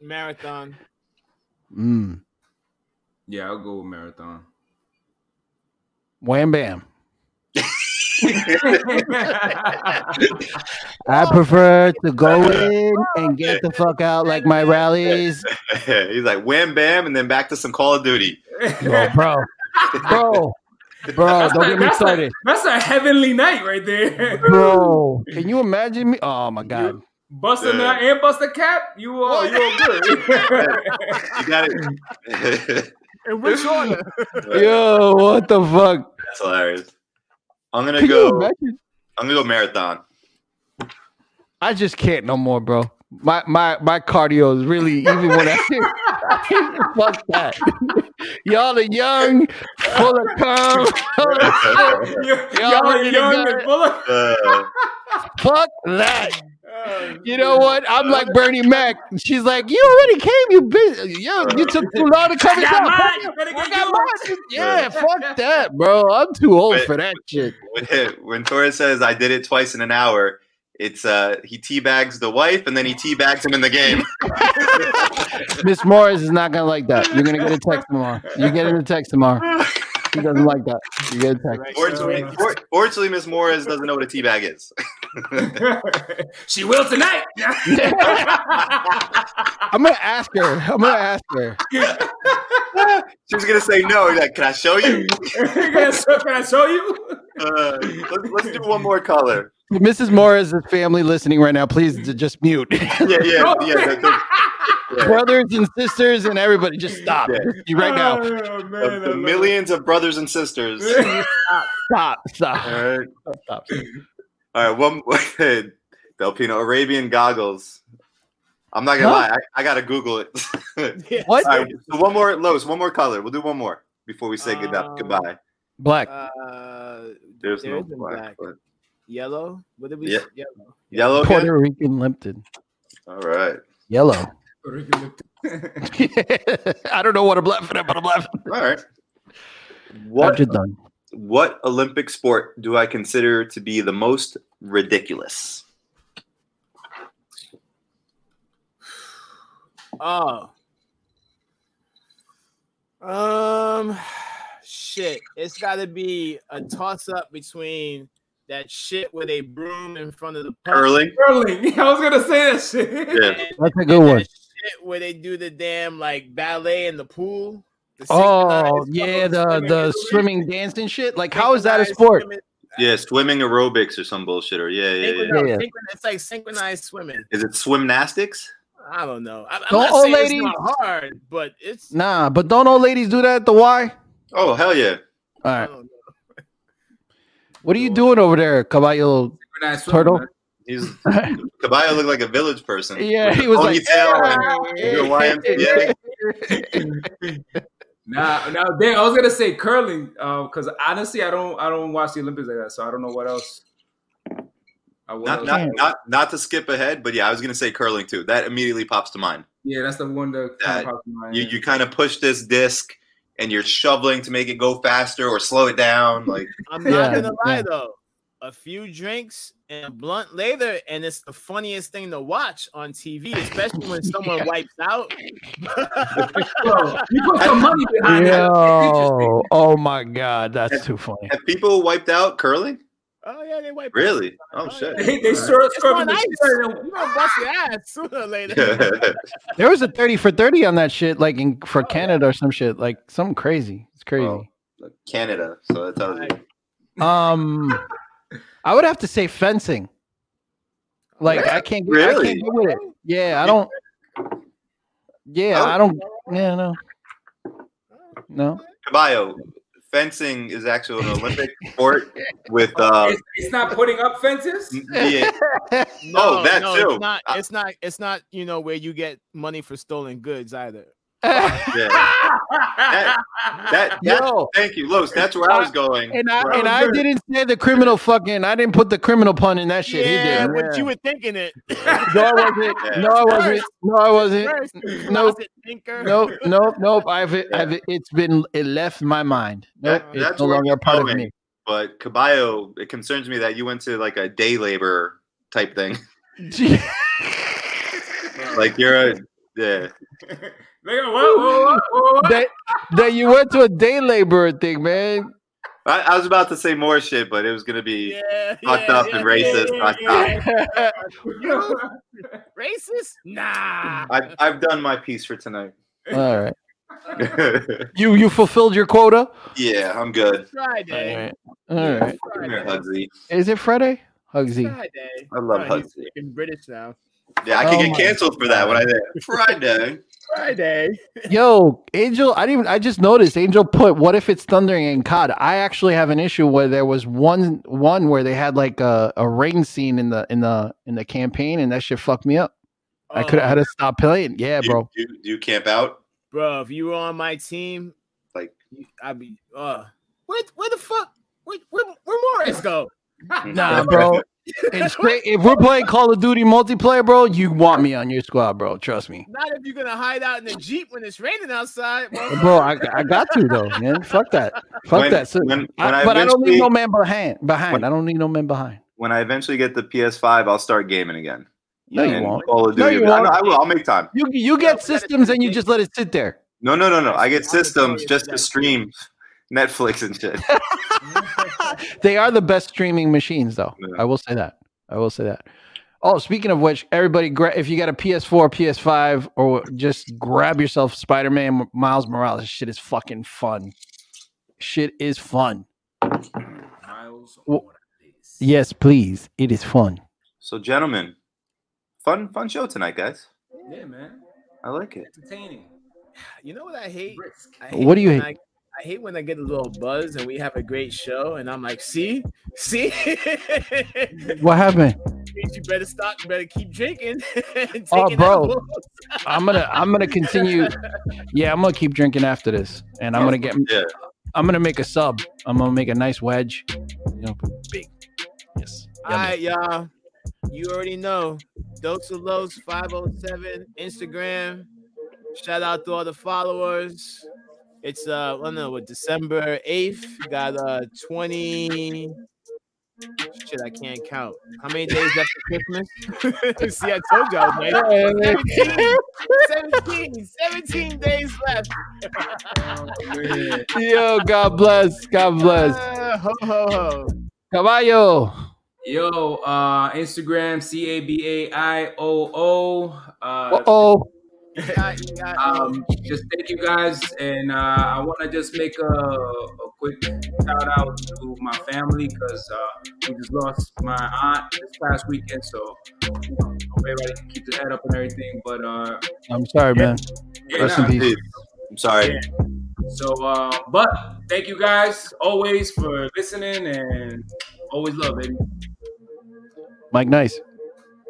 S4: Marathon.
S1: Mm.
S3: Yeah, I'll go with marathon.
S1: Wham bam. Oh, I prefer to go in and get the fuck out like my rallies.
S2: He's like wham bam and then back to some Call of Duty.
S1: Yo, bro. Bro. Bro, don't get me
S3: That's a-
S1: started.
S3: That's a heavenly night right there.
S1: Bro, can you imagine me? Oh my god.
S3: Busting the and bust a cap, you all you all good.
S2: You got it.
S4: In which order?
S1: Yo, what the fuck?
S2: That's hilarious. I'm gonna
S1: Can you
S2: go.
S1: imagine?
S2: I'm gonna go marathon.
S1: I just can't no more, bro. My my my cardio is really even when I fuck that. Y'all are young, full of cum. full of shit.
S3: you y'all are
S1: already
S3: young
S1: got
S3: and
S1: it.
S3: full of.
S2: Uh,
S1: Fuck that.
S3: Oh,
S1: You know what? I'm like Bernie Mac. She's like, you already came, you busy. Yo, you took too long to come.
S3: Got
S1: down.
S3: mine. You better
S1: I
S3: get
S1: got
S3: yours.
S1: mine. Yeah, fuck that, bro. I'm too old for that shit.
S2: when, when Torres says I did it twice in an hour, It's uh, he teabags the wife and then he teabags him in the game.
S1: Miss Morris is not gonna like that. You're gonna get a text tomorrow. You get in a text tomorrow. He doesn't like that. You get a text.
S2: Fortunately, for- fortunately, Miss Morris doesn't know what a teabag is.
S3: she will tonight.
S1: I'm gonna ask her. I'm gonna ask her.
S2: she was gonna say no. You're Like, can I show you?
S3: can, I show, can I show you?
S2: Uh, let's, let's do one more color.
S1: Mrs. Morris' family listening right now, please d- just mute.
S2: Yeah, yeah, yeah. the- the-
S1: Brothers and sisters and everybody, just stop.
S2: Yeah.
S1: You Right now.
S3: Oh, man, I
S2: of the
S3: love
S2: millions of brothers and sisters.
S3: it.
S1: Stop.
S2: All
S1: Stop.
S2: right,
S1: Stop.
S2: all right. One more. Delpino Arabian goggles. I'm not gonna
S1: Huh?
S2: lie. I, I gotta Google it.
S1: What?
S2: all right. So one more, Los. One more color. We'll do one more before we say good
S4: Um,
S2: goodbye.
S1: Black.
S4: Uh,
S2: There's
S4: there
S2: no
S4: isn't
S2: black.
S4: black.
S2: but-
S4: yellow. What did we?
S2: Yeah.
S4: say? Yellow.
S2: Yellow. again?
S1: Puerto Rican Lipton.
S2: All right.
S1: Yellow.
S3: Puerto Rican look.
S1: I don't know what I'm laughing at, but I'm laughing.
S2: All right.
S1: I'm
S2: What
S1: just done.
S2: what Olympic sport do I consider to be the most ridiculous?
S4: Oh. Um shit. It's gotta be a toss-up between that shit with a broom in front of the puck
S2: Curling.
S3: Curling. I was gonna say that shit.
S2: Yeah.
S4: and
S1: That's a
S4: that
S1: good one.
S4: shit where they do the damn like ballet in the pool. The
S1: Oh,
S4: synchronized
S1: yeah. The
S4: fucking swimming
S1: the
S4: and
S1: swimming, dancing shit. Like, how is that a sport?
S4: Synchronized
S2: Yeah, swimming aerobics or some bullshit. Or yeah, yeah,
S4: swimming.
S2: yeah.
S4: Synchronized-
S1: Yeah, yeah.
S4: synchronized- It's like synchronized swimming.
S2: Is it swimnastics?
S4: I don't know. I, am
S1: Don't
S4: not
S1: old
S4: saying
S1: ladies-
S4: it's not hard, but it's
S1: Nah, but don't old ladies do that at the Y?
S2: Oh hell yeah!
S1: All
S4: I
S1: right.
S4: don't know.
S1: What are you doing over there, Caballo?
S3: Nice one,
S1: Turtle?
S3: man.
S2: He's Caballo looked like a village person.
S1: Yeah,
S2: with
S1: he
S2: a
S1: was like,
S2: ponytail and the YMCA.
S3: Nah, now Dan, I was gonna say curling, because honestly, I don't, I don't watch the Olympics like that, so I don't know what else. I what
S2: Not,
S3: else-
S2: not, not, not to skip ahead, but yeah, I was gonna say curling too. That immediately pops to mind.
S3: yeah, that's the one that kind
S2: That-
S3: of pops in mind.
S2: You you kind of push this disc and you're shoveling to make it go faster or slow it down. Like
S4: I'm
S1: Yeah,
S4: not gonna lie
S1: yeah.
S4: though. A few drinks and a blunt later, and it's the funniest thing to watch on TV, especially when someone wipes out.
S3: Yo, you put some money behind that.
S1: Yo, oh my god, that's too funny.
S2: have people wiped out curling?
S4: Oh yeah, they wipe. Out.
S2: Really?
S4: Oh,
S2: Oh shit!
S3: They, they sure
S4: It's
S3: scrubbing
S4: on
S3: the
S4: ice.
S3: shit out of
S4: You're
S3: them.
S4: gonna bust your ass sooner or later.
S2: oh
S1: There was a 30 for 30 on that shit, like in for Canada or some shit, like something crazy. It's crazy.
S2: Canada, so that tells you.
S1: Um, I would have to say fencing. Like I can't, get, I
S2: Really?
S1: can't get with it. Yeah, I don't. Yeah, I don't. Yeah, no, no.
S2: Caballo, fencing is actually an Olympic sport with uh,
S3: It's, it's not putting up fences.
S2: Mm. yeah,
S4: No,
S2: Oh, that
S4: no,
S2: too.
S4: It's not,
S2: I-
S4: it's not. It's not. You know where you get money for stolen goods either.
S2: yeah. That, that,
S1: Yo,
S2: thank you, Los. That's where I was going.
S1: and I
S2: Where
S1: and
S2: was-
S1: I didn't say the criminal fucking. I didn't put the criminal pun in that shit. he
S4: yeah,
S1: did.
S4: what you were thinking it.
S1: No, I wasn't. No, I wasn't. No, I wasn't.
S4: First,
S1: mm, Nope.
S4: closet thinker.
S1: Nope, nope, nope. I've, I've it's been it left my mind. Nope,
S2: That-
S1: it's
S2: that's
S1: no
S2: where
S1: longer a
S2: you're
S1: part of
S2: going.
S1: me.
S2: But Caballo, it concerns me that you went to like a day labor type thing. Like you're a yeah.
S3: Like, whoa, whoa, whoa, whoa, whoa.
S1: that that you went to a day laborer thing, man.
S2: I, I was about to say more shit, but it was gonna be
S4: Yeah,
S2: fucked
S4: yeah,
S2: up
S4: yeah,
S2: and racist.
S4: yeah, yeah,
S2: I stopped.
S4: Racist? Nah.
S2: I've, I've done my piece for tonight.
S1: All right, you you fulfilled your quota.
S2: yeah, I'm good.
S4: Friday.
S1: All right, all right.
S2: Come here, Hugsy.
S1: Is it Friday? Hugsy.
S4: Friday.
S2: I love
S4: Friday.
S2: Hugsy.
S4: Freaking British now.
S2: Yeah, I could
S1: Oh
S2: get
S1: my
S2: canceled for that when I did Friday.
S4: Friday.
S1: Yo, Angel. I didn't. I just noticed Angel put. What if it's thundering and cod? I actually have an issue where there was one one where they had like a, a rain scene in the in the in the campaign, and that shit fucked me up.
S4: Oh,
S1: I
S2: Oh.
S1: could have had to stop playing. Yeah,
S2: Do
S1: bro.
S2: you, do, you camp out?
S4: Bro, if you were on my team,
S2: Like-
S4: you- I'd be. Uh, where, where the fuck? Where, where, where Morris go?
S1: Nah, bro. It's great. Um, If we're playing Call of Duty multiplayer, bro, you want me on your squad, bro. Trust me.
S4: Not if you're gonna hide out in the jeep when it's raining outside. bro.
S1: Bro, I, I got to though, man. Fuck that. Fuck
S2: When-
S1: that. So,
S2: when- when
S1: I-
S2: I
S1: but I don't need
S2: eventually-
S1: no man behind. Behind.
S2: When-
S1: I don't need no man behind.
S2: when I eventually get the PS5, I'll start gaming again.
S6: No, you
S2: And
S6: won't.
S2: Call of
S1: No,
S2: Duty-
S1: you won't.
S2: I, know, I will. I'll make time.
S1: You you get systems and you just let it sit there.
S2: No, no, no, no. I get
S4: That's the honest
S2: systems
S4: way
S2: just to
S4: to do that.
S2: stream Netflix and shit.
S1: they are the best streaming machines, though.
S2: Yeah.
S1: I will say that. I will say that. Oh, speaking of which, everybody, gra- if you got a PS4, PS5, or wh- just grab yourself Spider Man Miles Morales. Shit is fucking fun. Shit is fun.
S3: Miles
S1: Well,
S3: Morales.
S1: Yes, please. It is fun.
S2: So, gentlemen, fun, fun show tonight, guys.
S3: Yeah, man.
S2: I like it.
S3: Entertaining.
S4: You know what I hate?
S3: Brisk.
S4: I
S1: What do you
S4: when
S1: hate?
S4: I, I hate when I get a little buzz and we have a great show, and I'm like, see, see,
S1: What happened?
S4: you better stop, you better keep drinking. and
S1: Oh,
S4: taking
S1: bro.
S4: edibles."
S1: I'm gonna I'm gonna continue. Yeah, I'm gonna keep drinking after this, and I'm gonna get.
S2: Yeah.
S1: I'm gonna make a sub. I'm gonna make a nice wedge. You know, big. Yes.
S4: All
S1: Yummy.
S4: right, y'all. You already know. Dose of Los 507 Instagram. Shout out to all the followers. It's uh, I don't know what December 8th. Got uh 20. Shit, I can't count. How many days left for Christmas? See, I told y'all, man. 17, 17, 17 days left.
S1: Yo, God bless. God bless.
S4: Uh, ho, ho, ho.
S1: Caballo.
S3: Yo, uh, Instagram C A B A I O O. Uh,
S1: Oh,
S4: You got- you got-
S3: um, just thank you guys, and uh, I want to just make a, a quick shout out to my family because uh, we just lost my aunt this past weekend, so you know, hope everybody can keep their head up and everything. But uh,
S1: I'm sorry, man.
S3: yeah,
S1: Rest in
S3: nah,
S1: peace.
S2: I'm sorry.
S3: so uh, but thank you guys always for listening and always love, baby.
S1: Mike, nice.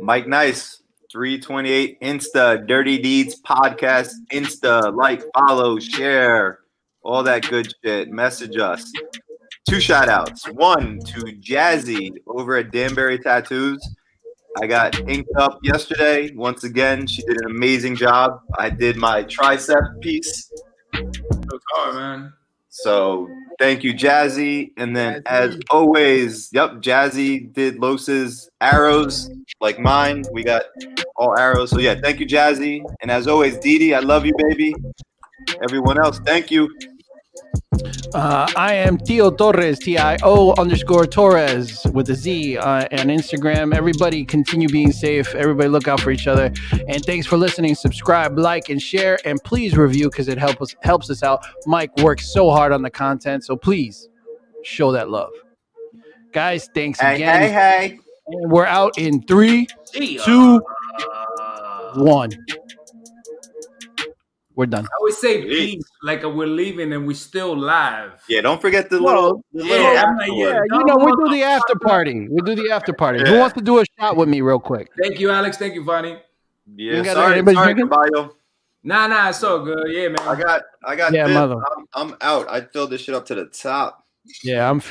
S2: Mike Nice, 328 Insta, Dirty Deeds Podcast, Insta, like, follow, share, all that good shit. Message us. Two shout outs. One to Jazzy over at Danbury Tattoos. I got inked up yesterday. Once again, she did an amazing job. I did my tricep piece.
S3: It was hard, man.
S2: So thank you, Jazzy. And then as always, yep, Jazzy did Los's arrows like mine. We got all arrows. So yeah, thank you, Jazzy. And as always, Dee Dee, I love you, baby. Everyone else, thank you.
S1: Uh, I am Tio Torres, T I O underscore Torres with a Z uh, on Instagram. Everybody continue being safe. Everybody look out for each other. And thanks for listening. Subscribe, like, and share. And please review because it helps us, helps us out. Mike works so hard on the content. So please show that love. Guys, thanks
S2: Hey,
S1: again.
S2: hey, hey.
S1: And we're out in three,
S3: Yeah.
S1: two,
S3: Uh,
S1: one. We're done.
S3: I always say peace like we're leaving and we still live.
S2: Yeah, don't forget the little, the little
S3: yeah, I'm like,
S2: afterward.
S3: yeah.
S1: Yeah, you know, we do the after party. We do the after party. Who
S2: Yeah.
S1: wants to do a shot with me real quick?
S3: Thank you, Alex. Thank you, Vani.
S2: yeah.
S1: You got
S2: sorry,
S1: anybody
S2: sorry,
S1: drinking?
S2: Caballo.
S3: Nah, nah, it's all good. Yeah, man.
S2: I got, I got.
S1: Yeah,
S2: this.
S1: mother.
S2: I'm, I'm out. I filled this shit up to the top.
S1: Yeah, I'm feeling.